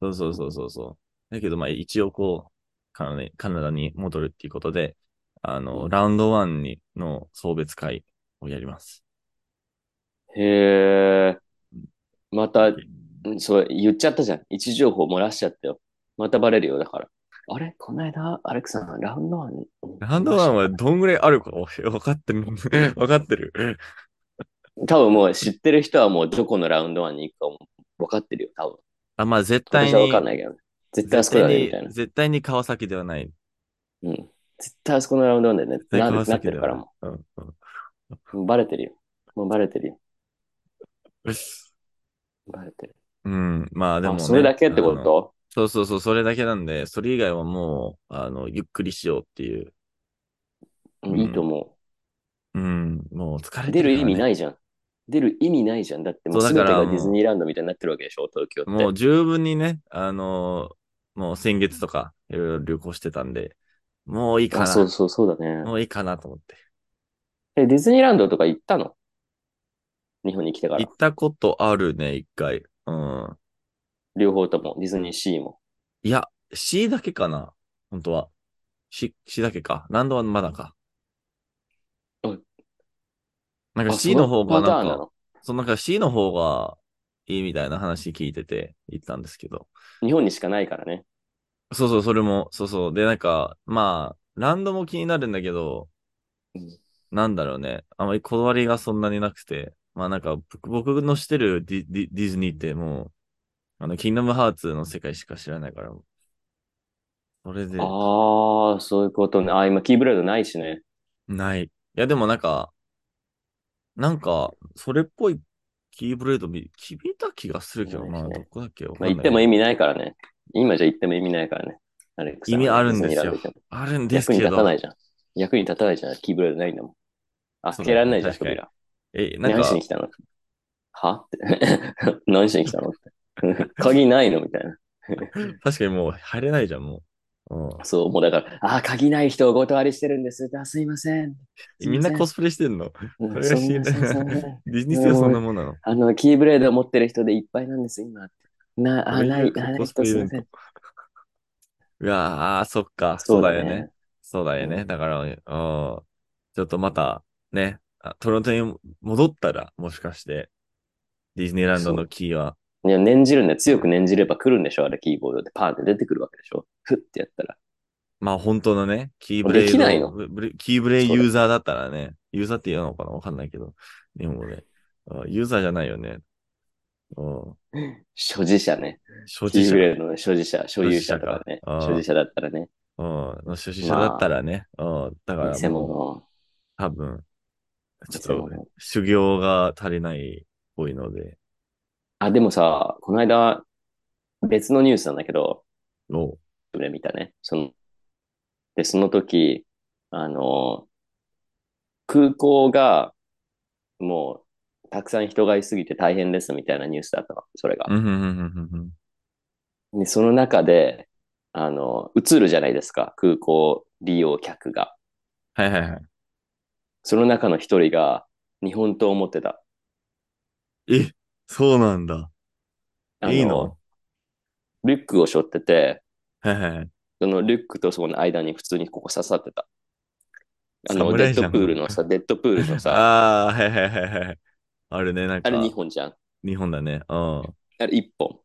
Speaker 1: そうそうそうそうそう。だけど、まあ、一応こう、カナダカナダに戻るっていうことで、あの、ラウンドワンにの送別会をやります。
Speaker 2: へえ。また、んそう、言っちゃったじゃん。位置情報漏らしちゃったよ。またバレるよ、だから。あれこの間、アレクさん、ラウンドワンに。
Speaker 1: ラウンドワンはどんぐらいあるかお分かってる。分かってる。
Speaker 2: 多分もう知ってる人はもうどこのラウンドワンに行くかも分かってるよ、多分。
Speaker 1: あ、まあ、絶対
Speaker 2: 私は分
Speaker 1: に
Speaker 2: か、んないけどね。絶対あそこだね、みたいな。
Speaker 1: 絶対に川崎ではない。
Speaker 2: うん。絶対あそこのラウンドワンだよね。
Speaker 1: 絶対
Speaker 2: な
Speaker 1: 川
Speaker 2: なっ
Speaker 1: 崎
Speaker 2: て
Speaker 1: で
Speaker 2: る
Speaker 1: は
Speaker 2: から
Speaker 1: ない
Speaker 2: も
Speaker 1: うんうん
Speaker 2: う。もうバレてるよ。もうバレてるよ。バレてる。
Speaker 1: うん、まあでも、
Speaker 2: あ、
Speaker 1: ね。
Speaker 2: それだけってこ
Speaker 1: あの
Speaker 2: と
Speaker 1: そうそうそう、それだけなんで、それ以外はもう、あの、ゆっくりしようっていう。うん
Speaker 2: いいと思
Speaker 1: うん、もう疲
Speaker 2: う。
Speaker 1: れて
Speaker 2: 出る
Speaker 1: るからね、
Speaker 2: 意味ないじゃん。出る意味ないじゃん。だってもう
Speaker 1: そう
Speaker 2: 全
Speaker 1: だ
Speaker 2: て
Speaker 1: から
Speaker 2: がディズニーランドみたいになってるわけでしょ、東京
Speaker 1: も
Speaker 2: っ
Speaker 1: う
Speaker 2: て。
Speaker 1: 十分にね、あのーもう先月とかいろいろ旅行してたんで、もういいかな。
Speaker 2: あ、そうそうそうだね。
Speaker 1: もういいかなと思って。
Speaker 2: え、ディズニーランドとか行ったの日本に来てか
Speaker 1: 行
Speaker 2: ら
Speaker 1: っ。たことあるね、一回。うん。
Speaker 2: 両方とも、ディズニーシーも。
Speaker 1: いや、C だけかな。本当は。C、C だけか。ランドはまだか。
Speaker 2: うん
Speaker 1: なん
Speaker 2: あ
Speaker 1: か C の方が
Speaker 2: そ
Speaker 1: な
Speaker 2: パター
Speaker 1: ん
Speaker 2: ンな
Speaker 1: か、
Speaker 2: の
Speaker 1: そうなんか C の方がいいみたいな話聞いてて、行ったんですけど。
Speaker 2: 日本にしかないからね。
Speaker 1: そうそう、それも、そうそう。で、なんか、まあ、ランドも気になるんだけど、
Speaker 2: うん
Speaker 1: なんだろうね。あまりこだわりがそんなになくて、まあなんか、僕僕の知ってるディディディズニーってもう、あの、キングダムハーツの世界しか知らないから、それで、
Speaker 2: ああ、そういうことね。あ、今、キーブレードないしね。
Speaker 1: ない。いや、でもなんか、なんか、それっぽいキーブレード見、聞いた気がするけどな、
Speaker 2: ないです
Speaker 1: ど
Speaker 2: ね
Speaker 1: こだっけわか
Speaker 2: まあ、
Speaker 1: んない
Speaker 2: 行っ
Speaker 1: け
Speaker 2: て
Speaker 1: ど
Speaker 2: も意味ないからね。今じゃ行っても意味ないからね。アレックさん
Speaker 1: 意味あるんですよ
Speaker 2: ディズニーランド行っても
Speaker 1: あるんです
Speaker 2: 役に
Speaker 1: け
Speaker 2: 立たな
Speaker 1: ど、
Speaker 2: いじゃん。役に立たないじゃん。キーブレードないんだもん。あ、
Speaker 1: そうだね
Speaker 2: 開けられないじゃん、
Speaker 1: 確かに
Speaker 2: 扉。
Speaker 1: え、なん
Speaker 2: 何
Speaker 1: か
Speaker 2: し、に来たのはって 何しに来たのって。鍵ないのみたいな。
Speaker 1: 確かにもう入れないじゃん、もう。うん
Speaker 2: そう、もうだから、あー、鍵ない人をご断りしてるんです。あ、すいません。すいま
Speaker 1: みん
Speaker 2: せ
Speaker 1: なコスプレしてんの
Speaker 2: うん
Speaker 1: それ
Speaker 2: そ
Speaker 1: は
Speaker 2: ん
Speaker 1: 知
Speaker 2: な
Speaker 1: ら
Speaker 2: そん
Speaker 1: な
Speaker 2: な
Speaker 1: い
Speaker 2: そんな
Speaker 1: ディズニーってそんなもんなの
Speaker 2: あの、キーブレードを持ってる人でいっぱいなんです、今。な、あ、
Speaker 1: 俺
Speaker 2: な
Speaker 1: よ
Speaker 2: い、
Speaker 1: く
Speaker 2: あ、ない
Speaker 1: コスプ
Speaker 2: 人
Speaker 1: レイ
Speaker 2: すい
Speaker 1: ベント
Speaker 2: ません。
Speaker 1: うわあ、そっか。
Speaker 2: そ
Speaker 1: そうう
Speaker 2: だ
Speaker 1: だ
Speaker 2: ね
Speaker 1: よね。そうだよ
Speaker 2: う
Speaker 1: ね。
Speaker 2: ん
Speaker 1: だから、うんちょっとまた、ね、あトロントに戻ったら、もしかして、ディズニーランドのキーは、
Speaker 2: いや、念じるんだよ。強く念じれば来るんでしょあれ、キーボードでパーンって出てくるわけでしょふってやったら。
Speaker 1: まあ本当のね、キーブレイ
Speaker 2: できないの
Speaker 1: ブレキーブレイユーザーだったらね、ユーザーって言うのかなわかんないけど、日本語で。あユーザーじゃないよね。うん
Speaker 2: 所持者ね。
Speaker 1: 所
Speaker 2: キ
Speaker 1: 持
Speaker 2: ー
Speaker 1: 者
Speaker 2: ブ。レードの所持者、所有者とかね。
Speaker 1: 所持者かあー
Speaker 2: 所持者だったらね。
Speaker 1: うん、の所持者だったらね。うん、だから
Speaker 2: 偽
Speaker 1: もう、
Speaker 2: 物。
Speaker 1: 多分、ち
Speaker 2: 偽
Speaker 1: ょっ
Speaker 2: 物
Speaker 1: と修行が足りないっぽいので、
Speaker 2: あ、でもさ、この間、別のニュースなんだけど、
Speaker 1: も
Speaker 2: 俺見たね。その、で、その時、あの、空港が、もう、たくさん人がいすぎて大変ですみたいなニュースだったの、それが
Speaker 1: う、う。んうんうんうんうん
Speaker 2: で、その中で、あの、映るじゃないですか、空港利用客が。
Speaker 1: はいはいはい。
Speaker 2: その中の一人が、日本刀を持ってた。
Speaker 1: え、そうなんだ。
Speaker 2: あ
Speaker 1: いいの
Speaker 2: リュックを背負ってて、
Speaker 1: はいはいはい。
Speaker 2: そのリュックとその間に普通にここ刺さってた。あの、
Speaker 1: 侍
Speaker 2: デッ
Speaker 1: じゃ
Speaker 2: ド
Speaker 1: ん
Speaker 2: プールのさ、デッドプールのさ、
Speaker 1: ああー、はいはいはいはい。あるね、なん
Speaker 2: あ
Speaker 1: か、
Speaker 2: れ2本じゃん。
Speaker 1: 日本だね。うん。
Speaker 2: あれ1本、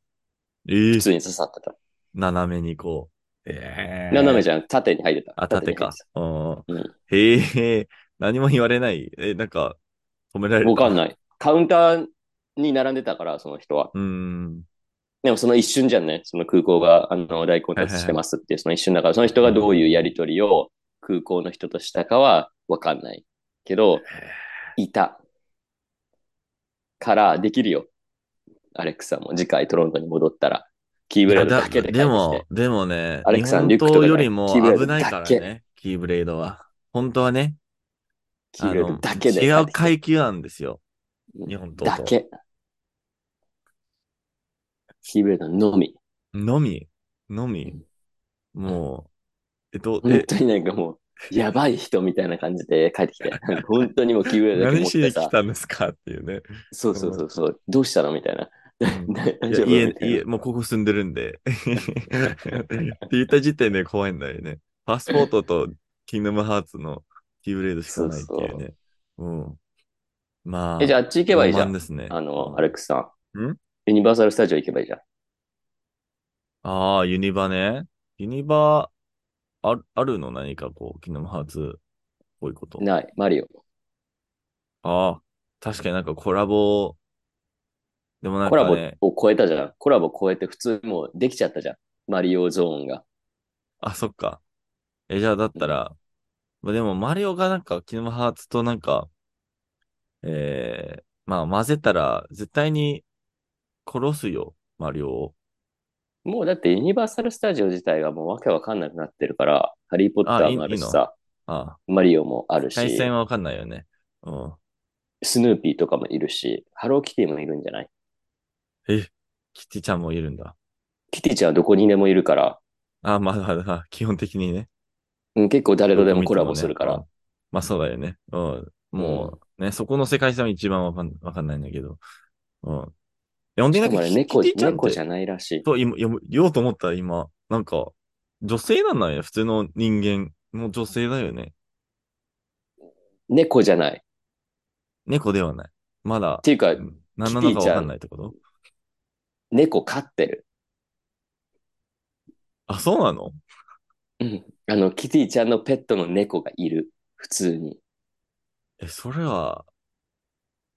Speaker 1: え
Speaker 2: 普
Speaker 1: ー、
Speaker 2: 通に刺さってた。
Speaker 1: 斜めにこう。えー、
Speaker 2: 斜めじゃん、縦に入ってた。
Speaker 1: あ、縦
Speaker 2: に入っ
Speaker 1: か
Speaker 2: て。
Speaker 1: うん
Speaker 2: うん。
Speaker 1: へえ、何も言われない。え、なんか、止められ
Speaker 2: た。
Speaker 1: る
Speaker 2: わかん
Speaker 1: い。
Speaker 2: ない。カウンターに並んでたから、その人は。
Speaker 1: うーん。
Speaker 2: でもその一瞬じゃんね、その空港が、あの、大混雑してますっていう、その一瞬だから、その人がどういうやりとりを空港の人としたかはわかんない。けど、いた。から、できるよ。アレクサも次回トロントに戻ったら、キーブレードだけで
Speaker 1: いやだで
Speaker 2: 解決して
Speaker 1: も、でもね、
Speaker 2: アレクさん
Speaker 1: 日本
Speaker 2: リュックとか
Speaker 1: 刀
Speaker 2: じゃ
Speaker 1: よ
Speaker 2: ない
Speaker 1: りも
Speaker 2: キーブレード
Speaker 1: 危ないから
Speaker 2: だ
Speaker 1: ね、キーブレードは。本当はね、
Speaker 2: キーブレードだけで
Speaker 1: あの違
Speaker 2: 解
Speaker 1: う
Speaker 2: 決
Speaker 1: 階級なんですよ。日本刀
Speaker 2: だ
Speaker 1: と。
Speaker 2: け。キーブレードのみ。
Speaker 1: のみ、のみ。もう、えっと、
Speaker 2: 本
Speaker 1: え、
Speaker 2: 当になんかもう、やばい人みたいな感じで帰っ てきて、なんか本当にもうキーブレードだけ
Speaker 1: 何
Speaker 2: 持っ
Speaker 1: しに
Speaker 2: て
Speaker 1: 来
Speaker 2: さ、
Speaker 1: たんですかっていうね。
Speaker 2: そうそうそうそう、どうしたのみたいな。
Speaker 1: うん
Speaker 2: 大
Speaker 1: いや
Speaker 2: 丈夫
Speaker 1: 家
Speaker 2: み、たいな
Speaker 1: 家、もうここ住んでるんで。って言った時点で怖いんだよね。パスポートとキングダムハーツのキーブレードしかないっていうね。うん。まあ、
Speaker 2: え、じゃああっち行けばいいじゃ
Speaker 1: 傲慢
Speaker 2: ん。
Speaker 1: ですね。
Speaker 2: あの、
Speaker 1: うん
Speaker 2: アレクさん。
Speaker 1: ん
Speaker 2: ユニバーサル・スタジオ行けばいいじゃん。
Speaker 1: ああ、ユニバね。ユニバ、あるあるの何かこう、キングダムハーツっぽいこと。
Speaker 2: ない、マリオ。
Speaker 1: ああ、確かになんかコラボ、でもなん
Speaker 2: コラ
Speaker 1: か
Speaker 2: ボ
Speaker 1: ね、
Speaker 2: を超えたじゃん。コラボ超えて普通にもうできちゃったじゃん。マリオゾーンが。
Speaker 1: あ、そっか。え、じゃあだったら、まあでもマリオがなんか、キノハーツとなんか、えー、まあ混ぜたら絶対に殺すよ、マリオを。
Speaker 2: もうだってユニバーサル・スタジオ自体がもうわけわかんなくなってるから、ハリー・ポッタ
Speaker 1: あい
Speaker 2: ー
Speaker 1: い
Speaker 2: もあるし
Speaker 1: いいの
Speaker 2: さ、
Speaker 1: ああ、
Speaker 2: マリオもある
Speaker 1: 対
Speaker 2: し、
Speaker 1: 戦はわかんないよね。うん。
Speaker 2: スヌーピーとかもいるし、ハロー・キティもいるんじゃない
Speaker 1: え、キティちゃんもいるんだ。
Speaker 2: キティちゃんはどこにでもいるから、
Speaker 1: あ、まあまあまあ、基本的にね。
Speaker 2: うん、結構誰とで
Speaker 1: どこ
Speaker 2: も
Speaker 1: 見て
Speaker 2: コラボするか
Speaker 1: ねう
Speaker 2: ら
Speaker 1: ん。まあそうだよね。うん。もう、ね、そこの世界線は一番わかんわかんないんだけど。うん。いや、ほんで
Speaker 2: し
Speaker 1: な
Speaker 2: か
Speaker 1: ん
Speaker 2: も
Speaker 1: か
Speaker 2: あれ
Speaker 1: キ、
Speaker 2: 猫、
Speaker 1: キティちゃんっ
Speaker 2: 猫
Speaker 1: て
Speaker 2: じゃないらしい。
Speaker 1: と、今、読む言おうと思ったら今、なんか、女性なんだよね。普通の人間の女性だよね。
Speaker 2: 猫じゃない。っ
Speaker 1: 猫ではない。まだ、
Speaker 2: ていうか
Speaker 1: う、ん何なのかわかんないってこと
Speaker 2: 猫飼ってる。
Speaker 1: あ、そうなの
Speaker 2: うん。あの、キティちゃんのペットの猫がいる。普通に。
Speaker 1: え、それは、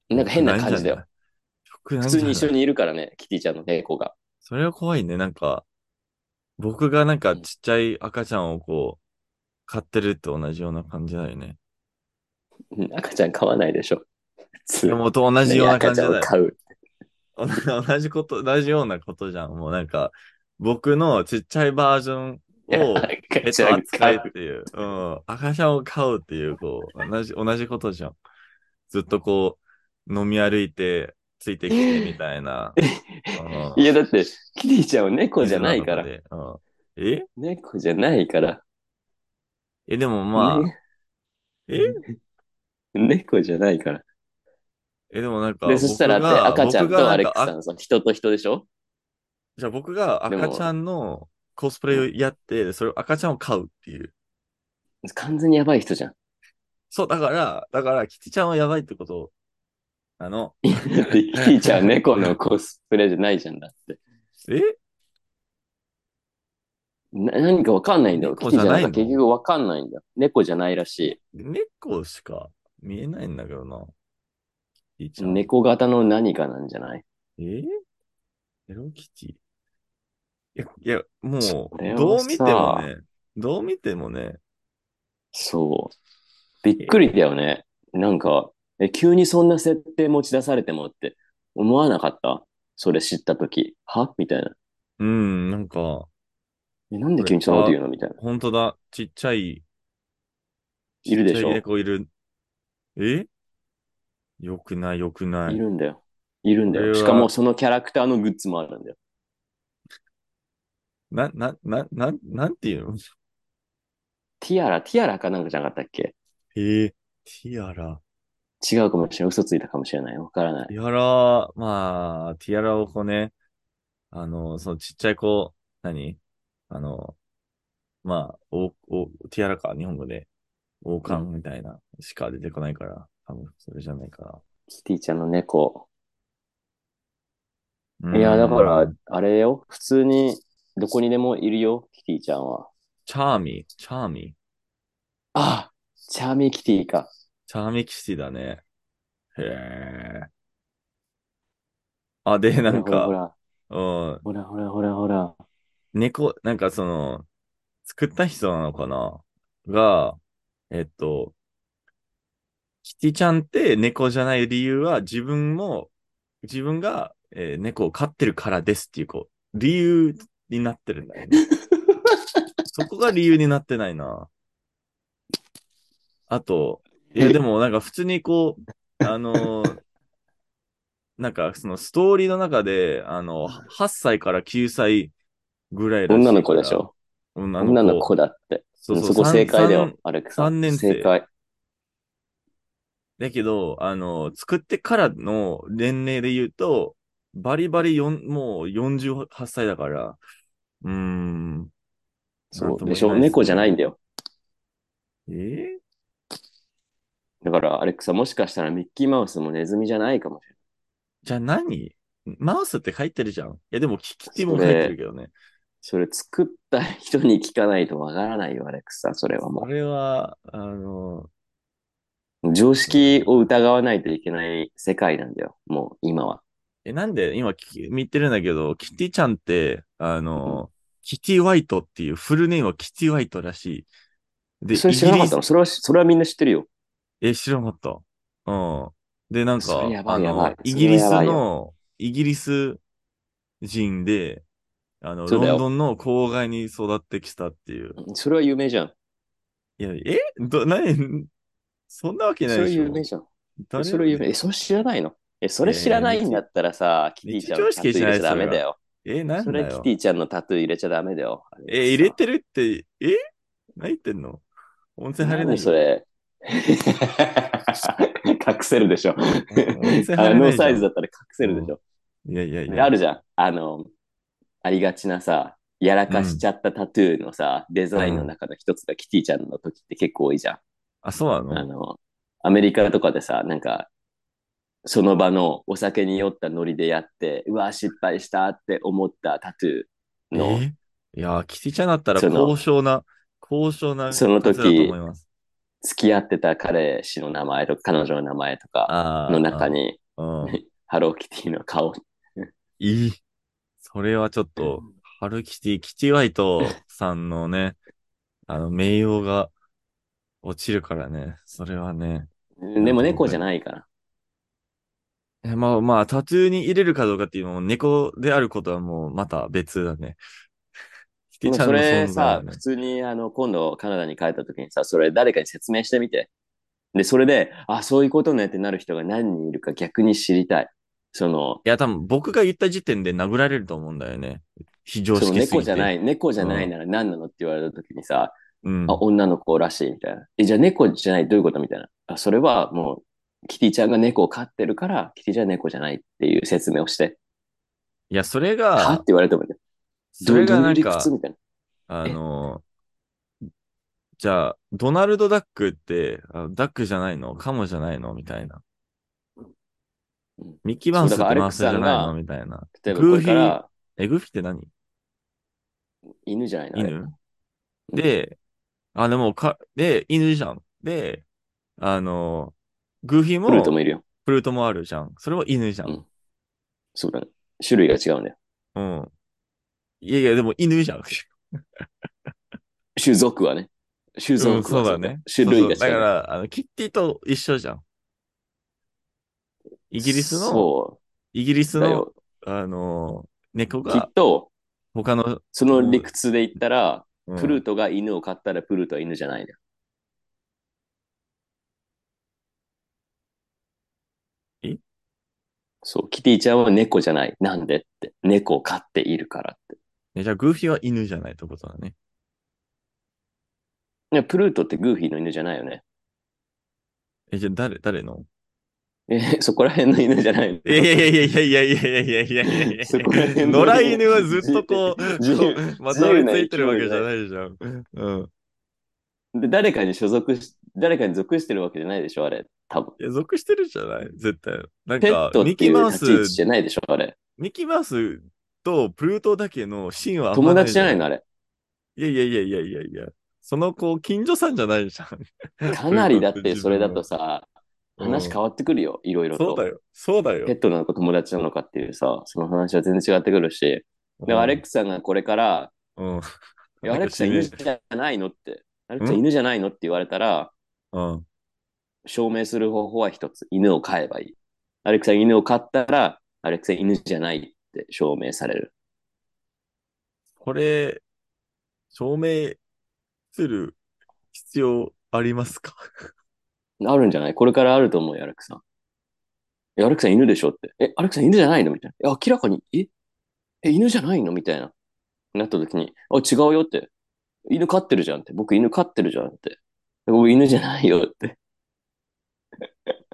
Speaker 2: なんか変な感じだよ。
Speaker 1: 良くない
Speaker 2: 普
Speaker 1: んじゃ
Speaker 2: 通
Speaker 1: ない。
Speaker 2: に
Speaker 1: 普通に
Speaker 2: 一緒にいるからね、キティちゃんの猫が。
Speaker 1: それは怖いね。なんか、僕がなんかちっちゃい赤ちゃんをこう、飼ってると同じような感じだよね。
Speaker 2: うん赤ちゃん飼わないでしょ。普通。
Speaker 1: でも、と同じような感じだ
Speaker 2: 赤ちゃんを
Speaker 1: よ。
Speaker 2: 飼う。
Speaker 1: 同じこと、同じようなことじゃん。もうなんか、僕のちっちゃいバージョンを、ペ
Speaker 2: 赤
Speaker 1: ッ
Speaker 2: ちゃ
Speaker 1: ト
Speaker 2: ん
Speaker 1: 扱
Speaker 2: 飼。
Speaker 1: いうっていう、うん、赤ちゃんを飼うっていう、こう、同じ、同じことじゃん。ずっとこう、飲み歩いて、ついてきてみたい な。
Speaker 2: いや、だって、キティちゃんは猫じゃないから。
Speaker 1: 水の中でうんえ
Speaker 2: 猫じゃないから。
Speaker 1: え、でもまあ、
Speaker 2: ね
Speaker 1: え
Speaker 2: 猫じゃないから。
Speaker 1: え、でもなんか、
Speaker 2: で、そしたら
Speaker 1: 僕が
Speaker 2: だって赤ちゃん
Speaker 1: 僕が
Speaker 2: とア
Speaker 1: な
Speaker 2: レ
Speaker 1: か
Speaker 2: ックさん、その人と人でしょ
Speaker 1: じゃあ僕が
Speaker 2: でも
Speaker 1: 赤ちゃんのコスプレをやって、それを赤ちゃんを飼うっていう。
Speaker 2: 完全にやばい 人じゃん。
Speaker 1: そう、だから、だから、キティちゃんはやばいってことを、あの、
Speaker 2: いやだってキティちゃんは猫のコスプレじゃないじゃんだって。
Speaker 1: え
Speaker 2: な何かわかんないんだよ。キ
Speaker 1: 猫
Speaker 2: テ
Speaker 1: じ
Speaker 2: ィ
Speaker 1: ゃ
Speaker 2: ちゃ
Speaker 1: ないの
Speaker 2: んなんか結局わかんないんだよ。猫じゃないらし
Speaker 1: 猫しか見えないんだけどな。キティ
Speaker 2: い。
Speaker 1: ちゃん。
Speaker 2: 猫型の何かなんじゃない
Speaker 1: えーヘロキティいや、いや、も
Speaker 2: それ
Speaker 1: う、
Speaker 2: は
Speaker 1: どう見てもね、どう見てもね、
Speaker 2: そう。びっくりだよね。なんか、え、急にそんな設定持ち出されてもって思わなかったそれ知ったとき。はみたいな。
Speaker 1: うん、なんか、
Speaker 2: え、なんで急にそんなこと言うのみたいな。
Speaker 1: 本当だ、ちっちゃい、
Speaker 2: いるでしょ
Speaker 1: ちっちゃい猫いる。えよくない、よくないい。
Speaker 2: るんだよ。いるんだ
Speaker 1: これ
Speaker 2: よ。
Speaker 1: は
Speaker 2: しかもそのキャラクターのグッズもあるんだよ。
Speaker 1: な、な、な、な、なんていうの
Speaker 2: ティアラ、ティアラかなんかじゃなかったっけ
Speaker 1: えー、ティアラ。
Speaker 2: 違うかもしれない。嘘ついたかもしれない。わからない。
Speaker 1: ティアラ、まあ、ティアラをこうね、あの、そのちっちゃい子、何あの、まあ、お、お、ティアラか、日本語で。王冠みたいな、しか出てこないから、多分それじゃないか
Speaker 2: キティちゃんの猫。
Speaker 1: な。
Speaker 2: いや、
Speaker 1: うん
Speaker 2: だから、、あれよ。普通に、どこにでもいるよ、キティちゃんは。
Speaker 1: チャーミー、チャーミー、
Speaker 2: あチャーミーキティか。
Speaker 1: チャーミーキティだね。へえ。あ、で、なん
Speaker 2: ほらほ
Speaker 1: か、
Speaker 2: ら、
Speaker 1: うん、
Speaker 2: ほらほらほらほら。
Speaker 1: 猫、なんかその、作った人なのかなが、えっと、キティちゃんって猫じゃない理由は自分も、自分が、えー猫を飼ってるからですっていう、こう、理由になってるんだよ ね。そこが理由になってないな。あと、いやでもなんか普通にこう、あのーなんかそのストーリーの中で、あの、8歳から9歳ぐらいらしいから
Speaker 2: 女の子でしょ。
Speaker 1: 女の子。
Speaker 2: 女の子だって。
Speaker 1: そ
Speaker 2: そう
Speaker 1: そう
Speaker 2: こ正解
Speaker 1: さ
Speaker 2: だ。
Speaker 1: ん
Speaker 2: よ
Speaker 1: さん、
Speaker 2: アレクさ
Speaker 1: 三
Speaker 2: ん。
Speaker 1: 年生
Speaker 2: 正解。
Speaker 1: だけど、あの、作ってからの年齢で言うと、バリバリよんもう48歳だから、うーん。
Speaker 2: そ
Speaker 1: なんと
Speaker 2: う
Speaker 1: も
Speaker 2: でし
Speaker 1: 言
Speaker 2: ょ。
Speaker 1: えないすね
Speaker 2: 猫じゃないんだよ。
Speaker 1: えー
Speaker 2: だから、アレックさん、もしかしたらミッキーマウスもネズミじゃないかもしれ
Speaker 1: じゃあ何マウスって書いてるじゃん。いや、でも、キキティも書いてるけどね。
Speaker 2: ない。それ作った人に聞かないとわからないよ、アレックさん。それは
Speaker 1: こ
Speaker 2: も
Speaker 1: れは、あの、
Speaker 2: う。常識を疑わないといけない世界なんだよ、もう今は。
Speaker 1: え、なんで今き見てるんだけど、キティちゃんって、あの、キティワイトっていう、フルネームはキティワイトらしい。で、
Speaker 2: それ知らなかった
Speaker 1: イギ
Speaker 2: のそれは、それはみんな知ってるよ。
Speaker 1: リスえ、知らなかった。うん。で、なん
Speaker 2: そ
Speaker 1: か
Speaker 2: れや、ばい
Speaker 1: あ
Speaker 2: やばい
Speaker 1: の、イ
Speaker 2: そ
Speaker 1: ギ
Speaker 2: れは
Speaker 1: リ
Speaker 2: や
Speaker 1: ス
Speaker 2: ばいよ
Speaker 1: の、イギリス人で、あの、
Speaker 2: そうだよ
Speaker 1: ロンドンの郊外に育ってきたっていう。
Speaker 2: それは有名じゃん。
Speaker 1: いや、えど、なに、 そんなわけ
Speaker 2: そ
Speaker 1: ない
Speaker 2: れは
Speaker 1: でしょ
Speaker 2: 有。名じゃん。
Speaker 1: 誰
Speaker 2: それ有名。え、それ知らないのえ、それ知らないんだったらさ、キティちゃんの
Speaker 1: 日常
Speaker 2: タ
Speaker 1: 識
Speaker 2: トゥ
Speaker 1: じ
Speaker 2: ー
Speaker 1: ゃな
Speaker 2: 入
Speaker 1: い
Speaker 2: れちゃダメだよ。
Speaker 1: え、なん
Speaker 2: そ
Speaker 1: だ
Speaker 2: れ
Speaker 1: よ
Speaker 2: キ。ティちゃんのタトゥー入れちゃダメだよ。
Speaker 1: え、入れてるって、え何言ってんの温泉入れない
Speaker 2: 何それ 隠せるでしょ。
Speaker 1: 温泉入れないじゃん
Speaker 2: あのノーサイズだったら隠せるでしょ。
Speaker 1: いやいやい
Speaker 2: で
Speaker 1: や。
Speaker 2: あるじゃん。あの、ありがちなさ、やらかしちゃったタトゥーのさ、デザインの中の一つがキティちゃんの時って結構多いじゃん。
Speaker 1: あ、そうなの
Speaker 2: あの、アメリカとかでさ、なんか、その場のお酒に酔ったノリでやって、うわ、失敗したって思ったタトゥーの、
Speaker 1: えいやー、キティちゃんだったら
Speaker 2: その
Speaker 1: 高尚な、高尚な
Speaker 2: その時
Speaker 1: 感じだと思います。
Speaker 2: 付き合ってた彼氏の名前とか、彼女の名前とか
Speaker 1: あー
Speaker 2: の中。に、
Speaker 1: うん。
Speaker 2: ハローキティの顔。
Speaker 1: いい。それはちょっと、ハルキティ、キティワイトさんのね、 あの、名誉が落ちるからね。それはね。
Speaker 2: でも猫じゃないから。
Speaker 1: えまあまあ、タトゥーに入れるかどうかっていうのも、猫であることはもうまた別だね。 キテ
Speaker 2: で
Speaker 1: ィ
Speaker 2: も
Speaker 1: ちゃん
Speaker 2: そ
Speaker 1: の
Speaker 2: れ
Speaker 1: 存在
Speaker 2: さ
Speaker 1: は、ね
Speaker 2: 普。通にあの今度カナダに帰った時にさ、それ誰かに説明してみて。で、それで、あ、そういうことねってなる人が何人いるか逆に知りたい。その、
Speaker 1: いや、多分僕が言った時点で殴られると思うんだよね。非常
Speaker 2: その
Speaker 1: 識すぎて。。
Speaker 2: 猫じゃないい、猫じゃないなら何なのって言われた時にさ、
Speaker 1: うん
Speaker 2: あ、。女の子らしいみたいな。え、じゃあ猫じゃないどういうことみたいな。あ、それはもう、キティちゃんが猫を飼ってるから、キティちゃんは猫じゃないっていう説明をして、
Speaker 1: いや、それ
Speaker 2: はって
Speaker 1: が、
Speaker 2: 言われてもね、
Speaker 1: そ
Speaker 2: どう
Speaker 1: れ
Speaker 2: ど
Speaker 1: が
Speaker 2: うい
Speaker 1: な
Speaker 2: うん理
Speaker 1: か
Speaker 2: 屈、みたいな。
Speaker 1: あの、じゃあ、ドナルド・ダックって、あダックじゃないのカモじゃないのみたいな
Speaker 2: うん。
Speaker 1: ミッキーマウスっ
Speaker 2: そうだ
Speaker 1: て
Speaker 2: から
Speaker 1: マウスじゃ
Speaker 2: アレッ
Speaker 1: ない
Speaker 2: クさ
Speaker 1: の
Speaker 2: んが
Speaker 1: みたいな。
Speaker 2: 例えばこれ
Speaker 1: グ
Speaker 2: か
Speaker 1: ーフ
Speaker 2: ら、
Speaker 1: え、グーフィーって何
Speaker 2: 犬じゃないのあれ
Speaker 1: 犬で、あ、でもか、で、犬じゃん。で、あの、グーフィーも、
Speaker 2: フルートもいるよ。
Speaker 1: フルートもあるじゃん。それも犬じゃん。
Speaker 2: そうだね。種類が違うんだよ。
Speaker 1: うん。いやいや、でも犬じゃん。
Speaker 2: 種族はね。種族は、
Speaker 1: うん、そうだね。
Speaker 2: 種類が違
Speaker 1: そう
Speaker 2: う。
Speaker 1: そうだから、あの、キッティと一緒じゃん。イ
Speaker 2: イ
Speaker 1: ギリスの、
Speaker 2: そ
Speaker 1: イギリス
Speaker 2: うだ
Speaker 1: の、
Speaker 2: よ。
Speaker 1: あの、猫
Speaker 2: きっ
Speaker 1: が
Speaker 2: と、
Speaker 1: 他の、
Speaker 2: その理屈で言ったら、
Speaker 1: うん
Speaker 2: プルートが犬を飼ったらプルートは犬じゃないのよ。
Speaker 1: え
Speaker 2: そう、キティちゃんは猫じゃない。なんでって。猫を飼っているからって。
Speaker 1: えじゃあ、グーフィーは犬じゃないってことだね。
Speaker 2: ねプルートってグーフィーの犬じゃないよね。
Speaker 1: え、じゃあ、誰、誰の
Speaker 2: え、そこら辺の犬じゃないの
Speaker 1: いやいやいやいやいやいやいやいやいやいや
Speaker 2: そこら辺の
Speaker 1: 野良犬はずっとこう、
Speaker 2: 自由
Speaker 1: こうまとわりついてるわけじゃないじゃん。うん。
Speaker 2: で誰かに所属し、誰かに属してるわけじゃないでしょ、あれ。多分。
Speaker 1: いや、属してるじゃない絶対。なん
Speaker 2: ペッ
Speaker 1: か
Speaker 2: ト、
Speaker 1: ミ
Speaker 2: っ
Speaker 1: ッキ
Speaker 2: てい
Speaker 1: ーマ
Speaker 2: う
Speaker 1: ウ
Speaker 2: 立ち位置
Speaker 1: ス、
Speaker 2: じゃないでしょ、あれ。
Speaker 1: ミッキーマウスとプルートだけのシーンはあんま
Speaker 2: 友達じゃない
Speaker 1: の
Speaker 2: の、あ れ。
Speaker 1: いやいやいやいやいやいや。その子、近所さんじゃないじゃん。
Speaker 2: かなりだ って、それだとさ、
Speaker 1: うん
Speaker 2: 話変わってくるよ、いろいろ
Speaker 1: そ
Speaker 2: と
Speaker 1: うだ。よ。そうだよ
Speaker 2: ペ。ットなのか友達なのかっていうさ、その話は全然違ってくるし、だからアレックスさんがこれから、
Speaker 1: うん。
Speaker 2: いやアレックスさん
Speaker 1: なん
Speaker 2: 犬
Speaker 1: か
Speaker 2: じ
Speaker 1: 知
Speaker 2: ゃないのって、アレックスさん犬じゃないのって言われたら、
Speaker 1: うん。
Speaker 2: 証明する方法は一つ、犬を飼えばいい。アレックスさん犬を飼ったら、アレックスさん犬じゃないって証明される。
Speaker 1: これ、証明する必要あります か
Speaker 2: あるんじゃないこれからあると思うよ、アレックスさん。え、アレックスさん犬でしょって。え、アレックスさん犬じゃないのみたいな。え、明らかに、ええ、犬じゃないのみたいな。なった時に、あ、違うよって。犬飼ってるじゃんって。僕犬飼ってるじゃんって。僕犬じゃないよって。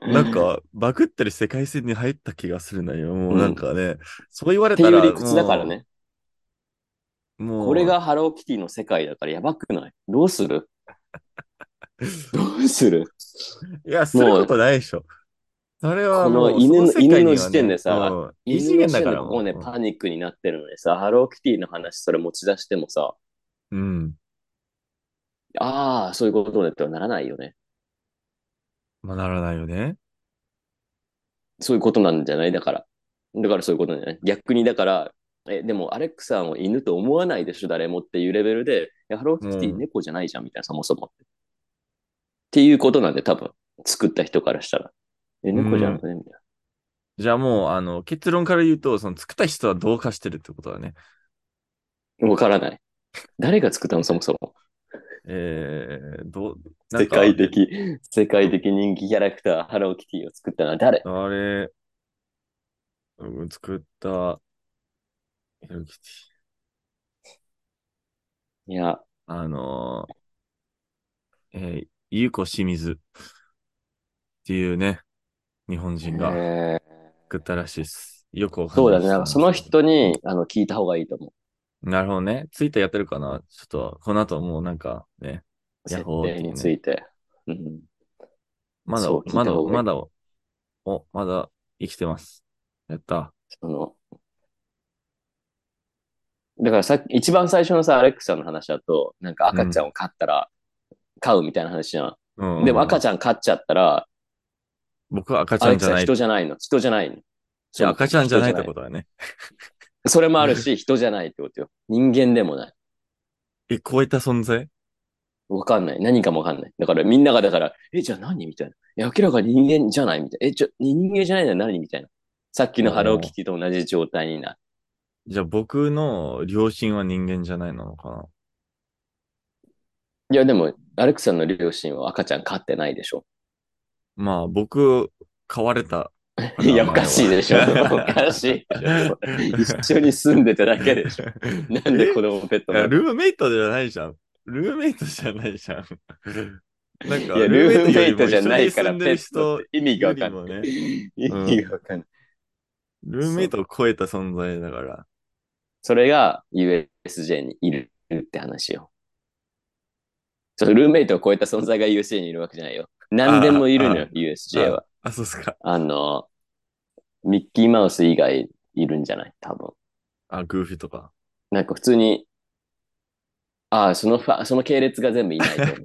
Speaker 1: なんか、バグったり世界線に入った気がするなよ。もうなんかね、そう言われ
Speaker 2: って
Speaker 1: た
Speaker 2: い
Speaker 1: ら。
Speaker 2: う理屈だからね。
Speaker 1: もう。もう
Speaker 2: これがハローキティの世界だからやばくないどうするどうする
Speaker 1: いや、することないでしょ。それはもう、
Speaker 2: この犬の
Speaker 1: そ世界にはね
Speaker 2: 犬の時点でさ
Speaker 1: うん異次
Speaker 2: 犬の
Speaker 1: 元
Speaker 2: 視
Speaker 1: だか
Speaker 2: 点で
Speaker 1: ら
Speaker 2: もうね、
Speaker 1: うん
Speaker 2: パニックになってるのにさ、ハローキティの話それ持ち出してもさ、
Speaker 1: うん。
Speaker 2: ああ、そういうことねってはならないよね。
Speaker 1: まあ、ならないよね。
Speaker 2: そういうことなんじゃないだから。だからそういうことなんじゃない逆にだから、え、でもアレックさんを犬と思わないでしょ、誰もっていうレベルで、いやハローキテ
Speaker 1: う
Speaker 2: ィ
Speaker 1: ん
Speaker 2: 猫じゃないじゃん、みたいな、そもそも。っていうことなんで、多分、作った人からしたら。え、猫じゃなくねみたいな。
Speaker 1: じゃあもう、あの、結論から言うと、その、作った人は同化してるってことだね。
Speaker 2: わからない。誰が作ったのそもそも。
Speaker 1: えー、どう、なん
Speaker 2: 世
Speaker 1: か
Speaker 2: 界的、世界的人気キャラクター、ハローキティを作ったのは誰
Speaker 1: あれ、うん作った、ヘロキティ。
Speaker 2: いや、
Speaker 1: あのー、えー、ゆうこ清水っていうね、日本人が
Speaker 2: えー
Speaker 1: 作ったらしいです。よくわかん
Speaker 2: そう
Speaker 1: な
Speaker 2: だ
Speaker 1: い
Speaker 2: ね。なんか
Speaker 1: です
Speaker 2: その人にあの聞いた方がいいと思
Speaker 1: なるほどね。ツイッターやってるかなちょっと、この後もうなんかね、
Speaker 2: う。
Speaker 1: ヤ
Speaker 2: 設
Speaker 1: ッホー
Speaker 2: 定について。うん
Speaker 1: まだ
Speaker 2: そう、聞い
Speaker 1: ま
Speaker 2: た
Speaker 1: だ、
Speaker 2: 方がいい
Speaker 1: まだ、お、まだ生きてます。やった。
Speaker 2: その、だからさっき、一番最初のさ、アレックスさんの話だと、なんか赤ちゃんを飼ったら、飼うみたいな話じゃん。
Speaker 1: うん、
Speaker 2: でも赤
Speaker 1: ち
Speaker 2: ちゃん飼っちゃったら、
Speaker 1: ゃん。僕は赤ち
Speaker 2: ア
Speaker 1: ゃ
Speaker 2: レ
Speaker 1: ん
Speaker 2: ッ
Speaker 1: じ
Speaker 2: ク
Speaker 1: ゃ
Speaker 2: スさん
Speaker 1: ない。
Speaker 2: 人じゃないの。人じゃないの。
Speaker 1: いや赤ちゃんじゃないって
Speaker 2: 人
Speaker 1: ことだね。
Speaker 2: それもあるし、人じゃないってことよ。人間でもない。
Speaker 1: え、超えた存在
Speaker 2: わかんない。何かもわかんない。だからみんながだから、え、じゃあ何みたいな。いや、明らかに人間じゃないみたいな。え、じゃ、人間じゃないのは何みたいな。さっきのハローキティと同じ状態になる。
Speaker 1: じゃあ僕の両親は人間じゃないのかない
Speaker 2: や、でも、アレックスさんの両親は赤ちゃん飼ってないでしょ。
Speaker 1: まあ僕、飼われた。
Speaker 2: いや、おかしいでしょ。
Speaker 1: 名前
Speaker 2: お
Speaker 1: は
Speaker 2: かしいでしょ。一緒に住んでただけでしょ。なんで子供ペット
Speaker 1: い
Speaker 2: な
Speaker 1: や、
Speaker 2: のい
Speaker 1: ルームメイトじゃないじゃん。ルームメイトじゃないじゃん。なんか、
Speaker 2: や、ルームメイトじゃないから
Speaker 1: ルー
Speaker 2: ペ
Speaker 1: ムメイ
Speaker 2: ッ
Speaker 1: ト
Speaker 2: トって意味がわかんな
Speaker 1: よ
Speaker 2: い。意
Speaker 1: りもね
Speaker 2: 味がわかんない。
Speaker 1: ルームメイトを超えた存在だから。
Speaker 2: それが USJ にいるって話よ。そう、ルーメイトを超えた存在が USJ にいるわけじゃないよ。何でもいるの
Speaker 1: ああ
Speaker 2: よ、USJ は。
Speaker 1: あ、そうっすか。
Speaker 2: あの、ミッキーマウス以外いるんじゃない多分。
Speaker 1: あ、グーフィーとか。
Speaker 2: なんか普通に、ああ、そのファ、その系列が全部いないと思 う。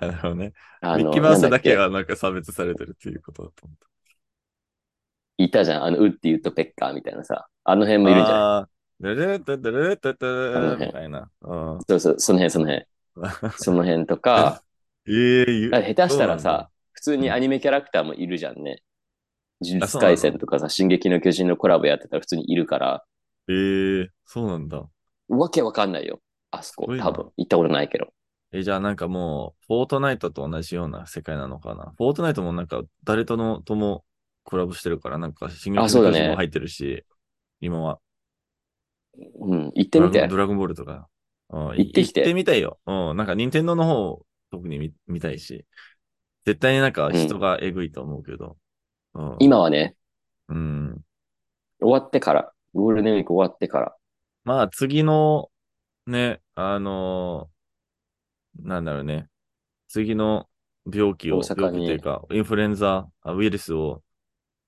Speaker 1: なるほどね。
Speaker 2: あ
Speaker 1: ミ
Speaker 2: の
Speaker 1: ッキーマウス
Speaker 2: なん
Speaker 1: だ
Speaker 2: っけ
Speaker 1: けはなんか差別されてるっていうことだと思っ
Speaker 2: いたじゃん。あの、ウッディとペッカーみたいなさ。あの辺
Speaker 1: た。
Speaker 2: もいるじゃん。
Speaker 1: あールルルルルルルルルルルみたいな。うん。
Speaker 2: そうそう、その辺、その辺。 その辺とか、
Speaker 1: ええ言う
Speaker 2: だから下手し
Speaker 1: そう
Speaker 2: たら
Speaker 1: なん
Speaker 2: さ、普通にアニメキャラクターもいるじゃんね。呪
Speaker 1: あそ
Speaker 2: 術
Speaker 1: うなの
Speaker 2: 廻戦とかさ、進撃の巨人のコラボやってたら普通にいるから、
Speaker 1: ええそうなんだ。
Speaker 2: わけわかんないよ。あそこ、
Speaker 1: すごいな
Speaker 2: 多分。行ったことないけど。
Speaker 1: え、じゃあなんかもう、フォートナイトと同じような世界なのかな。フォートナイトもなんか、誰との、ともコラボしてるから、なんか、進撃の
Speaker 2: あそう
Speaker 1: 巨
Speaker 2: だね
Speaker 1: 人も入ってるし、今は。
Speaker 2: うん、行って
Speaker 1: ドラゴ
Speaker 2: み
Speaker 1: ン
Speaker 2: て
Speaker 1: ド。ラゴンボールとか。うん、
Speaker 2: 行ってきて
Speaker 1: 行ってみたいよ。うん、なんか、任天堂の方、特に見見たいし。絶対になんか、人がえぐいと思うけど。うん
Speaker 2: 今はね、
Speaker 1: うん。
Speaker 2: 終わってから、ゴールデンウィーク終わってから。
Speaker 1: まあ、次の、ね、あのーなんだろうね。次の病気を、
Speaker 2: 大阪
Speaker 1: 病気
Speaker 2: に
Speaker 1: というか、インフルエンザ、あウイルスを、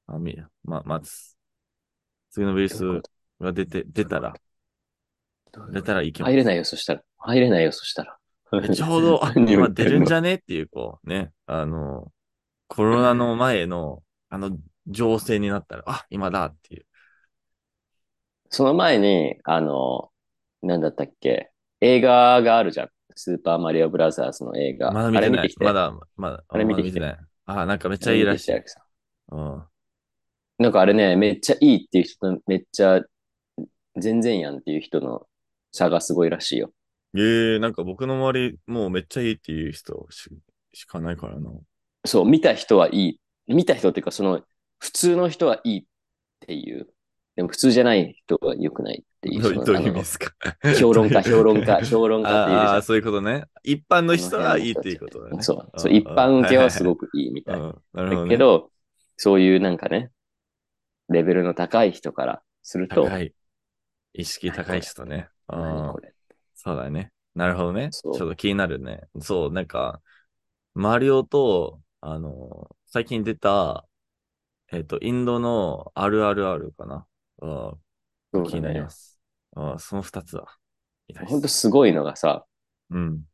Speaker 1: あみま、待つ。次のウイルスが出て、出たら、出たら行きます
Speaker 2: 入。れないよ、そしたら。入れないよ、そしたら。
Speaker 1: ちょう ど、あ、
Speaker 2: 何を
Speaker 1: まあ、
Speaker 2: 言って
Speaker 1: 出
Speaker 2: んの
Speaker 1: るんじゃねっていう、こう、ね、あの、コロナの前の、あの、情勢になったら、あ、今だっていう。
Speaker 2: その前に、あの、なんだったっけ、映画があるじゃん。スーパーマリオブラザーズの映画。
Speaker 1: まだ見て
Speaker 2: あれ
Speaker 1: な
Speaker 2: 見て
Speaker 1: い
Speaker 2: き。て。
Speaker 1: まだ、まだ、
Speaker 2: あれ見て
Speaker 1: まだ
Speaker 2: きて
Speaker 1: ない。あ、なんかめっ
Speaker 2: め
Speaker 1: ちゃいいらしい。
Speaker 2: さ
Speaker 1: うん。
Speaker 2: ん。なんかあれね、めっちゃいいっていう人と、めっちゃ全然やんっていう人の差がすごいらしいよ。
Speaker 1: ええなんか僕の周り、もうめっちゃいいっていう人ししかないからな。
Speaker 2: そう、見た人はいい。見た人っていうか、その、普通の人はいいっていう。でも普通じゃない人は良くないっていう。
Speaker 1: ど
Speaker 2: その
Speaker 1: どういう意
Speaker 2: あ
Speaker 1: 味
Speaker 2: の
Speaker 1: ですか
Speaker 2: 評 論家、評論家、評論家っていうじ
Speaker 1: あ
Speaker 2: ゃ
Speaker 1: あ、
Speaker 2: ん。
Speaker 1: そういうことね。一般の人はいいっていうことだね。
Speaker 2: そう、そう
Speaker 1: うん
Speaker 2: 一般受けはすごくいいみた
Speaker 1: う
Speaker 2: い。
Speaker 1: ん、なるほど、
Speaker 2: だ
Speaker 1: ね。
Speaker 2: けど、そういうなんかね、レベルの高い人からすると、
Speaker 1: 高い。意識高い人ね。うん
Speaker 2: 何これ
Speaker 1: そうだね。なるほどね。ち
Speaker 2: そ
Speaker 1: ょ
Speaker 2: う
Speaker 1: っと気になるね。そう、なんか、マリオと、あの、最近出た、えっ、と、インドのあるあるあるかな。うん
Speaker 2: そうだね
Speaker 1: 気になります。あその二つは。痛いっす
Speaker 2: ほんとすごいのがさ、
Speaker 1: うん。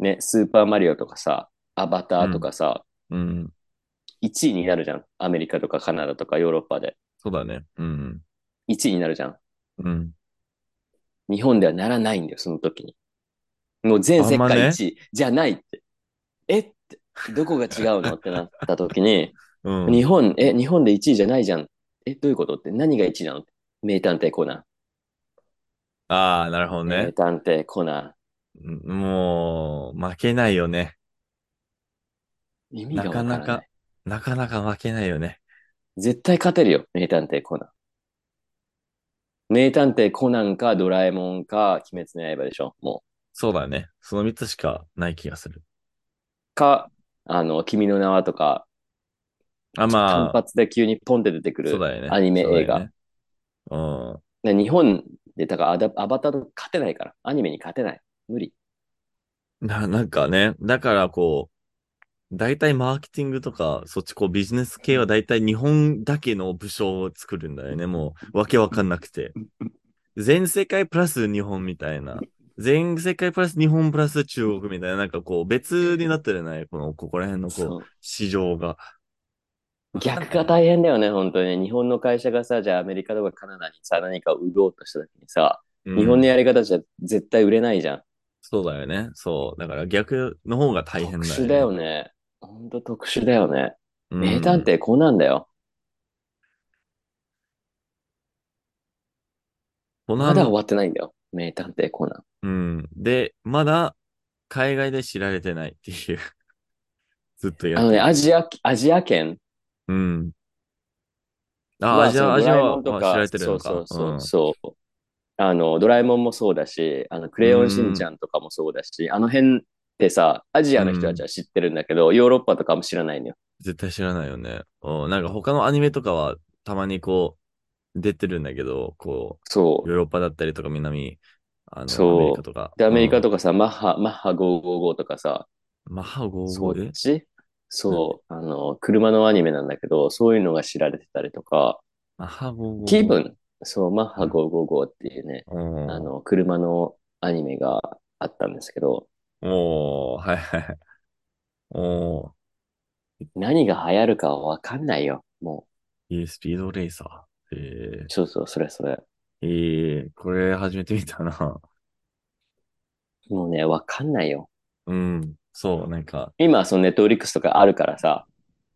Speaker 2: ね、スーパーマリオとかさ、アバターとかさ、
Speaker 1: うん。
Speaker 2: 1位になるじゃん。アメリカとかカナダとかヨーロッパで。
Speaker 1: そうだね。うん。
Speaker 2: 1位になるじゃん。
Speaker 1: うん。
Speaker 2: 日本ではならないんだよ、その時に。もう全世
Speaker 1: あんま
Speaker 2: 界
Speaker 1: ね
Speaker 2: 1位じゃないって。えって、どこが違うのってなった時に、
Speaker 1: うん。
Speaker 2: 日本、え、日本で1位じゃないじゃん。え、どういうことって何が1位なの名探偵コナン。
Speaker 1: ああ、なるほど
Speaker 2: 名
Speaker 1: ね。
Speaker 2: 探偵コナ
Speaker 1: うんもう、負けないよね。
Speaker 2: ン。意味がわからない。
Speaker 1: なかなかなかなか負けないよね。
Speaker 2: 絶対勝てるよ、名探偵コナン。名探偵コナンかドラえもんか鬼滅の刃でしょ。も
Speaker 1: そうだね。その三つしかない気がする。
Speaker 2: う。か、あの、君の名はとか、
Speaker 1: あ、
Speaker 2: 単
Speaker 1: まあ、
Speaker 2: 発で急にポンって出てく
Speaker 1: そう
Speaker 2: る。
Speaker 1: だよね。
Speaker 2: アニメ
Speaker 1: そうだよ
Speaker 2: 映画
Speaker 1: ね。うん。
Speaker 2: ね日本で、だからアダアバターと勝てないから、アニメに勝てない。無理。
Speaker 1: な、 なんかね、だからこう、大体マーケティングとか、そっちこうビジネス系は大体日本だけの武将を作るんだよね。もう、わけわかんなくて。全世界プラス日本みたいな。全世界プラス日本プラス中国みたいな、なんかこう別になってるね。この、ここら辺のこう、
Speaker 2: そう
Speaker 1: 市場が。
Speaker 2: 逆が大変だよね、本当に。日本の会社がさ、じゃあアメリカとかカナダにさ、何かを売ろうとした時にさ、
Speaker 1: うん
Speaker 2: 日本のやり方じゃ絶対売れないじゃん。
Speaker 1: そうだよね。そう。だから逆の方が大変
Speaker 2: 特
Speaker 1: だよね。
Speaker 2: 殊だよね。本当特殊だよね。
Speaker 1: うん。
Speaker 2: 名探偵コナンだよ。
Speaker 1: コナ
Speaker 2: ま
Speaker 1: ン
Speaker 2: だ終わってないんだよ。名探偵コナン。
Speaker 1: うん。で、まだ海外で知られてないっていう。 ずっとや
Speaker 2: あ
Speaker 1: っ
Speaker 2: の
Speaker 1: て
Speaker 2: ね、
Speaker 1: る。
Speaker 2: アジア、アジア圏
Speaker 1: うん。
Speaker 2: は、
Speaker 1: あ、アジ
Speaker 2: そ
Speaker 1: ア、
Speaker 2: の
Speaker 1: アジ
Speaker 2: ド
Speaker 1: ア
Speaker 2: ラえも
Speaker 1: は
Speaker 2: んと
Speaker 1: まあ知
Speaker 2: から
Speaker 1: れてる
Speaker 2: そ
Speaker 1: の
Speaker 2: う
Speaker 1: か。
Speaker 2: そうそううんそう、あの、ドラえもんもそうだし、あの、クレヨンしんちゃんとかもそうだし、あの辺ってさ、アジアの人たちは知ってるんだけど、ヨーロッパとかも知らないのよ。
Speaker 1: 絶対知らないよね。うんなんか他のアニメとかはたまにこう、出てるんだけど、こ、
Speaker 2: そう
Speaker 1: ヨーロッパだったりとか南、あの、ア
Speaker 2: そう
Speaker 1: メリカとか
Speaker 2: う。。で、アメリカ
Speaker 1: と
Speaker 2: とかさ、マッハ、マッハ555とかさ、
Speaker 1: マハゴ
Speaker 2: そ
Speaker 1: ー
Speaker 2: っ
Speaker 1: で
Speaker 2: ちそう、あの、車のアニメなんだけど、そういうのが知られてたりとか、
Speaker 1: マハゴー
Speaker 2: 気分、そう、マッハ555っていうね、
Speaker 1: うん。
Speaker 2: あの、車のアニメがあったんですけど、
Speaker 1: おー、はいはいはい。おー、
Speaker 2: 何が流行るかはわかんないよ。も
Speaker 1: いいスピードレーサー。えー
Speaker 2: う、そうそう、それそれ。
Speaker 1: ええこれ初めて見たな。
Speaker 2: もうね、わかんないよ。
Speaker 1: うん。そう、なんか、
Speaker 2: 今、そのネットフリックスとかあるからさ、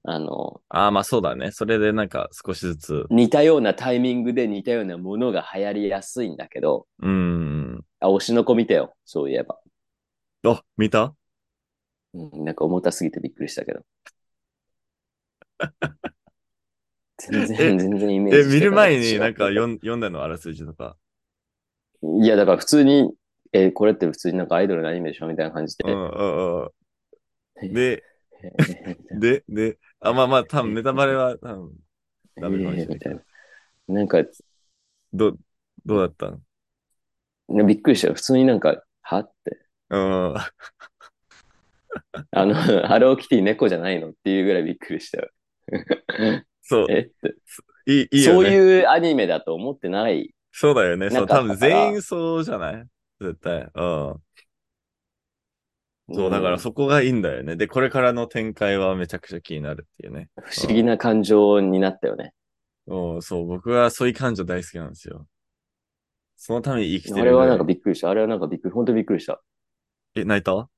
Speaker 2: あの、
Speaker 1: ああ、まあそうだね。それでなんか少しずつ、
Speaker 2: 似たようなタイミングで似たようなものが流行りやすいんだけど、
Speaker 1: うん。
Speaker 2: あ、推しの子見てよ、そういえば。
Speaker 1: あ、見た
Speaker 2: うん、なんか重たすぎてびっくりしたけど。全然、
Speaker 1: え
Speaker 2: 全然イメー
Speaker 1: え、
Speaker 2: ジ
Speaker 1: 見る前になんか
Speaker 2: よ
Speaker 1: 読ん読んだのあらすじとか。
Speaker 2: いや、だから普通に、えこれって普通になんかアイドルのアニメでしょみたいな感じ
Speaker 1: う
Speaker 2: で。
Speaker 1: んうんうん。で、
Speaker 2: えー
Speaker 1: で、で、あ、まあまあ、多分ネタバレは、多分ダメかもしれな
Speaker 2: えー
Speaker 1: い
Speaker 2: みたいな。なんか、
Speaker 1: ど、どうだった
Speaker 2: びっくりしたよ。普通になんか、はって。
Speaker 1: のうん。
Speaker 2: あの、ハローキティ猫じゃないのっていうぐらいびっくりしたよ。
Speaker 1: そう。
Speaker 2: えって。
Speaker 1: いい、いいよ、ね。
Speaker 2: そういうアニメだと思ってない。
Speaker 1: そうだよね。そう、
Speaker 2: なか
Speaker 1: 多
Speaker 2: った
Speaker 1: 分
Speaker 2: から
Speaker 1: 全員そうじゃない絶対。うん。そう、だから
Speaker 2: ん
Speaker 1: そこがいいんだよね。で、これからの展開はめちゃくちゃ気になるっていうね。
Speaker 2: 不思議な感情になったよね。
Speaker 1: うん、そう、僕はそういう感情大好きなんですよ。そのために生きてる。
Speaker 2: あれはなんかびっくりした。あれはなんかびっくり、本当びっくりした。
Speaker 1: え、泣いた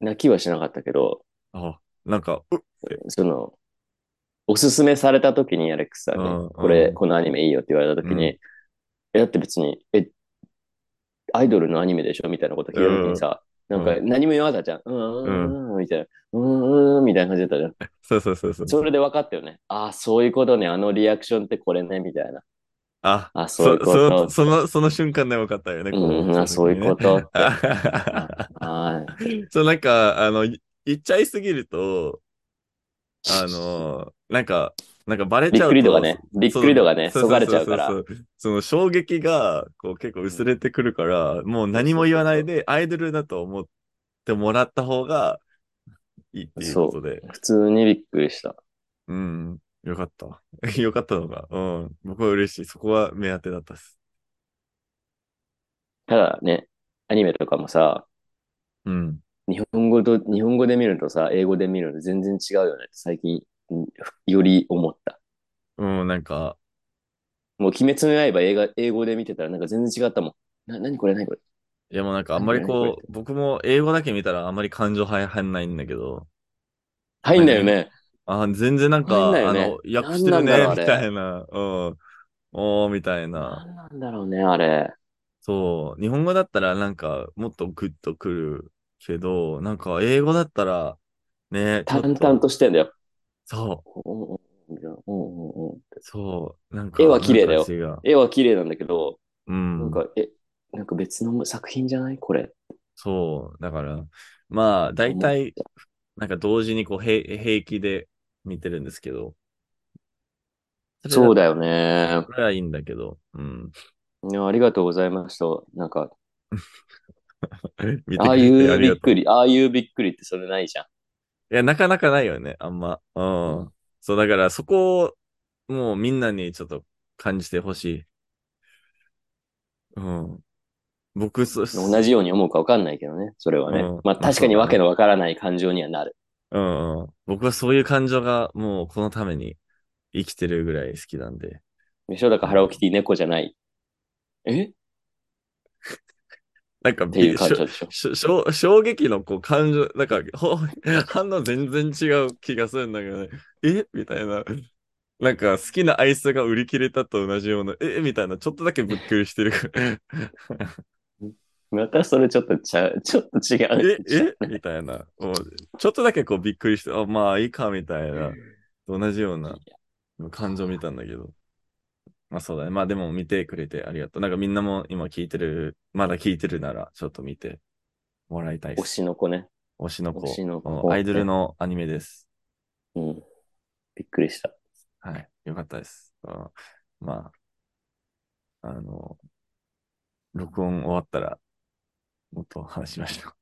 Speaker 2: 泣きはしなかったけど、
Speaker 1: あ、なんか、う
Speaker 2: その、おすすめされた時にアレックスさんに、
Speaker 1: うん
Speaker 2: これ、
Speaker 1: うん
Speaker 2: このアニメいいよって言われた時に、
Speaker 1: うん
Speaker 2: え、だって別に、え、アイドルのアニメでしょみたいなこと聞いた時にさ、
Speaker 1: ん
Speaker 2: なんか何も言わなかったじゃん。うんうんうん、みたいな。うんうんうん、みたいな感じだったじゃん。
Speaker 1: そうそうそうそう。
Speaker 2: それで分かったよね。ああ、そういうことね。あのリアクションってこれね、みたいな。
Speaker 1: あ、
Speaker 2: あそういうこと
Speaker 1: そその、その瞬間で分かったよね。。
Speaker 2: うんうん、あそういうこととって。
Speaker 1: あ
Speaker 2: あ ー
Speaker 1: そう、なんか、あの、い言っちゃいすぎると、あの、なんか、なんかバレ
Speaker 2: び
Speaker 1: ち
Speaker 2: っ
Speaker 1: ゃうと。
Speaker 2: くり度がね、びっくり度がね、
Speaker 1: そ
Speaker 2: そがれちゃう
Speaker 1: そ
Speaker 2: か
Speaker 1: そ
Speaker 2: ら
Speaker 1: そ。うその衝撃がこう結構薄れてくるから、もう何も言わないでアイドルだと思ってもらった方がいいっていうことで。
Speaker 2: 普通にびっくりした。
Speaker 1: うん。よかった。 よかったのが。うん。僕は嬉しい。そこは目当てだったっす。
Speaker 2: ただね、アニメとかもさ、
Speaker 1: うん。
Speaker 2: 日本語と、日本語で見るとさ、英語で見るの全然違うよねって最近、んより思った。
Speaker 1: うん、なんか、
Speaker 2: もう鬼滅の刃映画、英語で見てたらなんか全然違ったもん。な、何これ何これ。
Speaker 1: いやもうなんかあんまり
Speaker 2: 何
Speaker 1: こう、僕も英語だけ見たらあんまり感情入入んないんだけど、
Speaker 2: 入んだよね。
Speaker 1: あ、全然なんか、
Speaker 2: 入んないよ
Speaker 1: あ
Speaker 2: ね
Speaker 1: の、訳してる
Speaker 2: 何なん
Speaker 1: ね、
Speaker 2: だろうあ
Speaker 1: み
Speaker 2: れ
Speaker 1: たいな。うん。おー、みたいな。
Speaker 2: 何なんだろうね、あれ。
Speaker 1: そう、日本語だったらなんかもっとグッとくるけど、なんか英語だったらね、ちょっ
Speaker 2: 淡々としてんだよ。
Speaker 1: そ
Speaker 2: うんうんうんうんうん
Speaker 1: う、そう、なんか
Speaker 2: 絵は綺麗だよ
Speaker 1: なんか違う
Speaker 2: 絵は綺麗なんだけど、
Speaker 1: うん、
Speaker 2: なんか、え、なんか別の作品じゃないこれ。
Speaker 1: そう、だから、まあ大体、なんか同時にこう平平気で見てるんですけど、
Speaker 2: そう
Speaker 1: だ。
Speaker 2: だよね。
Speaker 1: それはいいんだけど、うん。
Speaker 2: いやありがとうございました。なんか、
Speaker 1: 見て
Speaker 2: ああ
Speaker 1: く
Speaker 2: い
Speaker 1: れてあ
Speaker 2: う
Speaker 1: り
Speaker 2: び
Speaker 1: が
Speaker 2: っ
Speaker 1: とう。
Speaker 2: くり、ああいうびっくりってそれないじゃん。
Speaker 1: いや、なかなかないよね、あんま。うん。そう、だからそこを、もうみんなにちょっと感じてほしい。うん。僕、そ、
Speaker 2: 同じように思うか分かんないけどね、それはね。
Speaker 1: うん
Speaker 2: まあ
Speaker 1: まあ
Speaker 2: 確かに
Speaker 1: そうだね
Speaker 2: わけのわからない感情にはなる。
Speaker 1: うんうん。僕はそういう感情がもうこのために生きてるぐらい好きなんで。
Speaker 2: でしょだからハローキティ猫じゃない。えっ
Speaker 1: なんか、
Speaker 2: ていう感情でしょ。
Speaker 1: しょしょ衝撃のこう感情、なんかほ反応全然違う気がするんだけどね。えみたいな。なんか好きなアイスが売り切れたと同じような、えみたいな、ちょっとだけぶっくりしてる。
Speaker 2: またそれちょっとちゃう、ちょっと違
Speaker 1: え
Speaker 2: う。
Speaker 1: えみたいな。もうちょっとだけこうびっくりして、あ、まあいいかみたいな。同じような感情見たんだけど。まあそうだね。まあでも見てくれてありがとう。なんかみんなも今聞いてる、まだ聞いてるならちょっと見てもらいたいで
Speaker 2: 推
Speaker 1: す。
Speaker 2: しの子ね。
Speaker 1: 推しの子。
Speaker 2: 推しの子
Speaker 1: うんアイドルのアニメです。
Speaker 2: うん。びっくりした。
Speaker 1: はい。よかったです。うんまあ、あの、録音終わったらもっと話しましょう。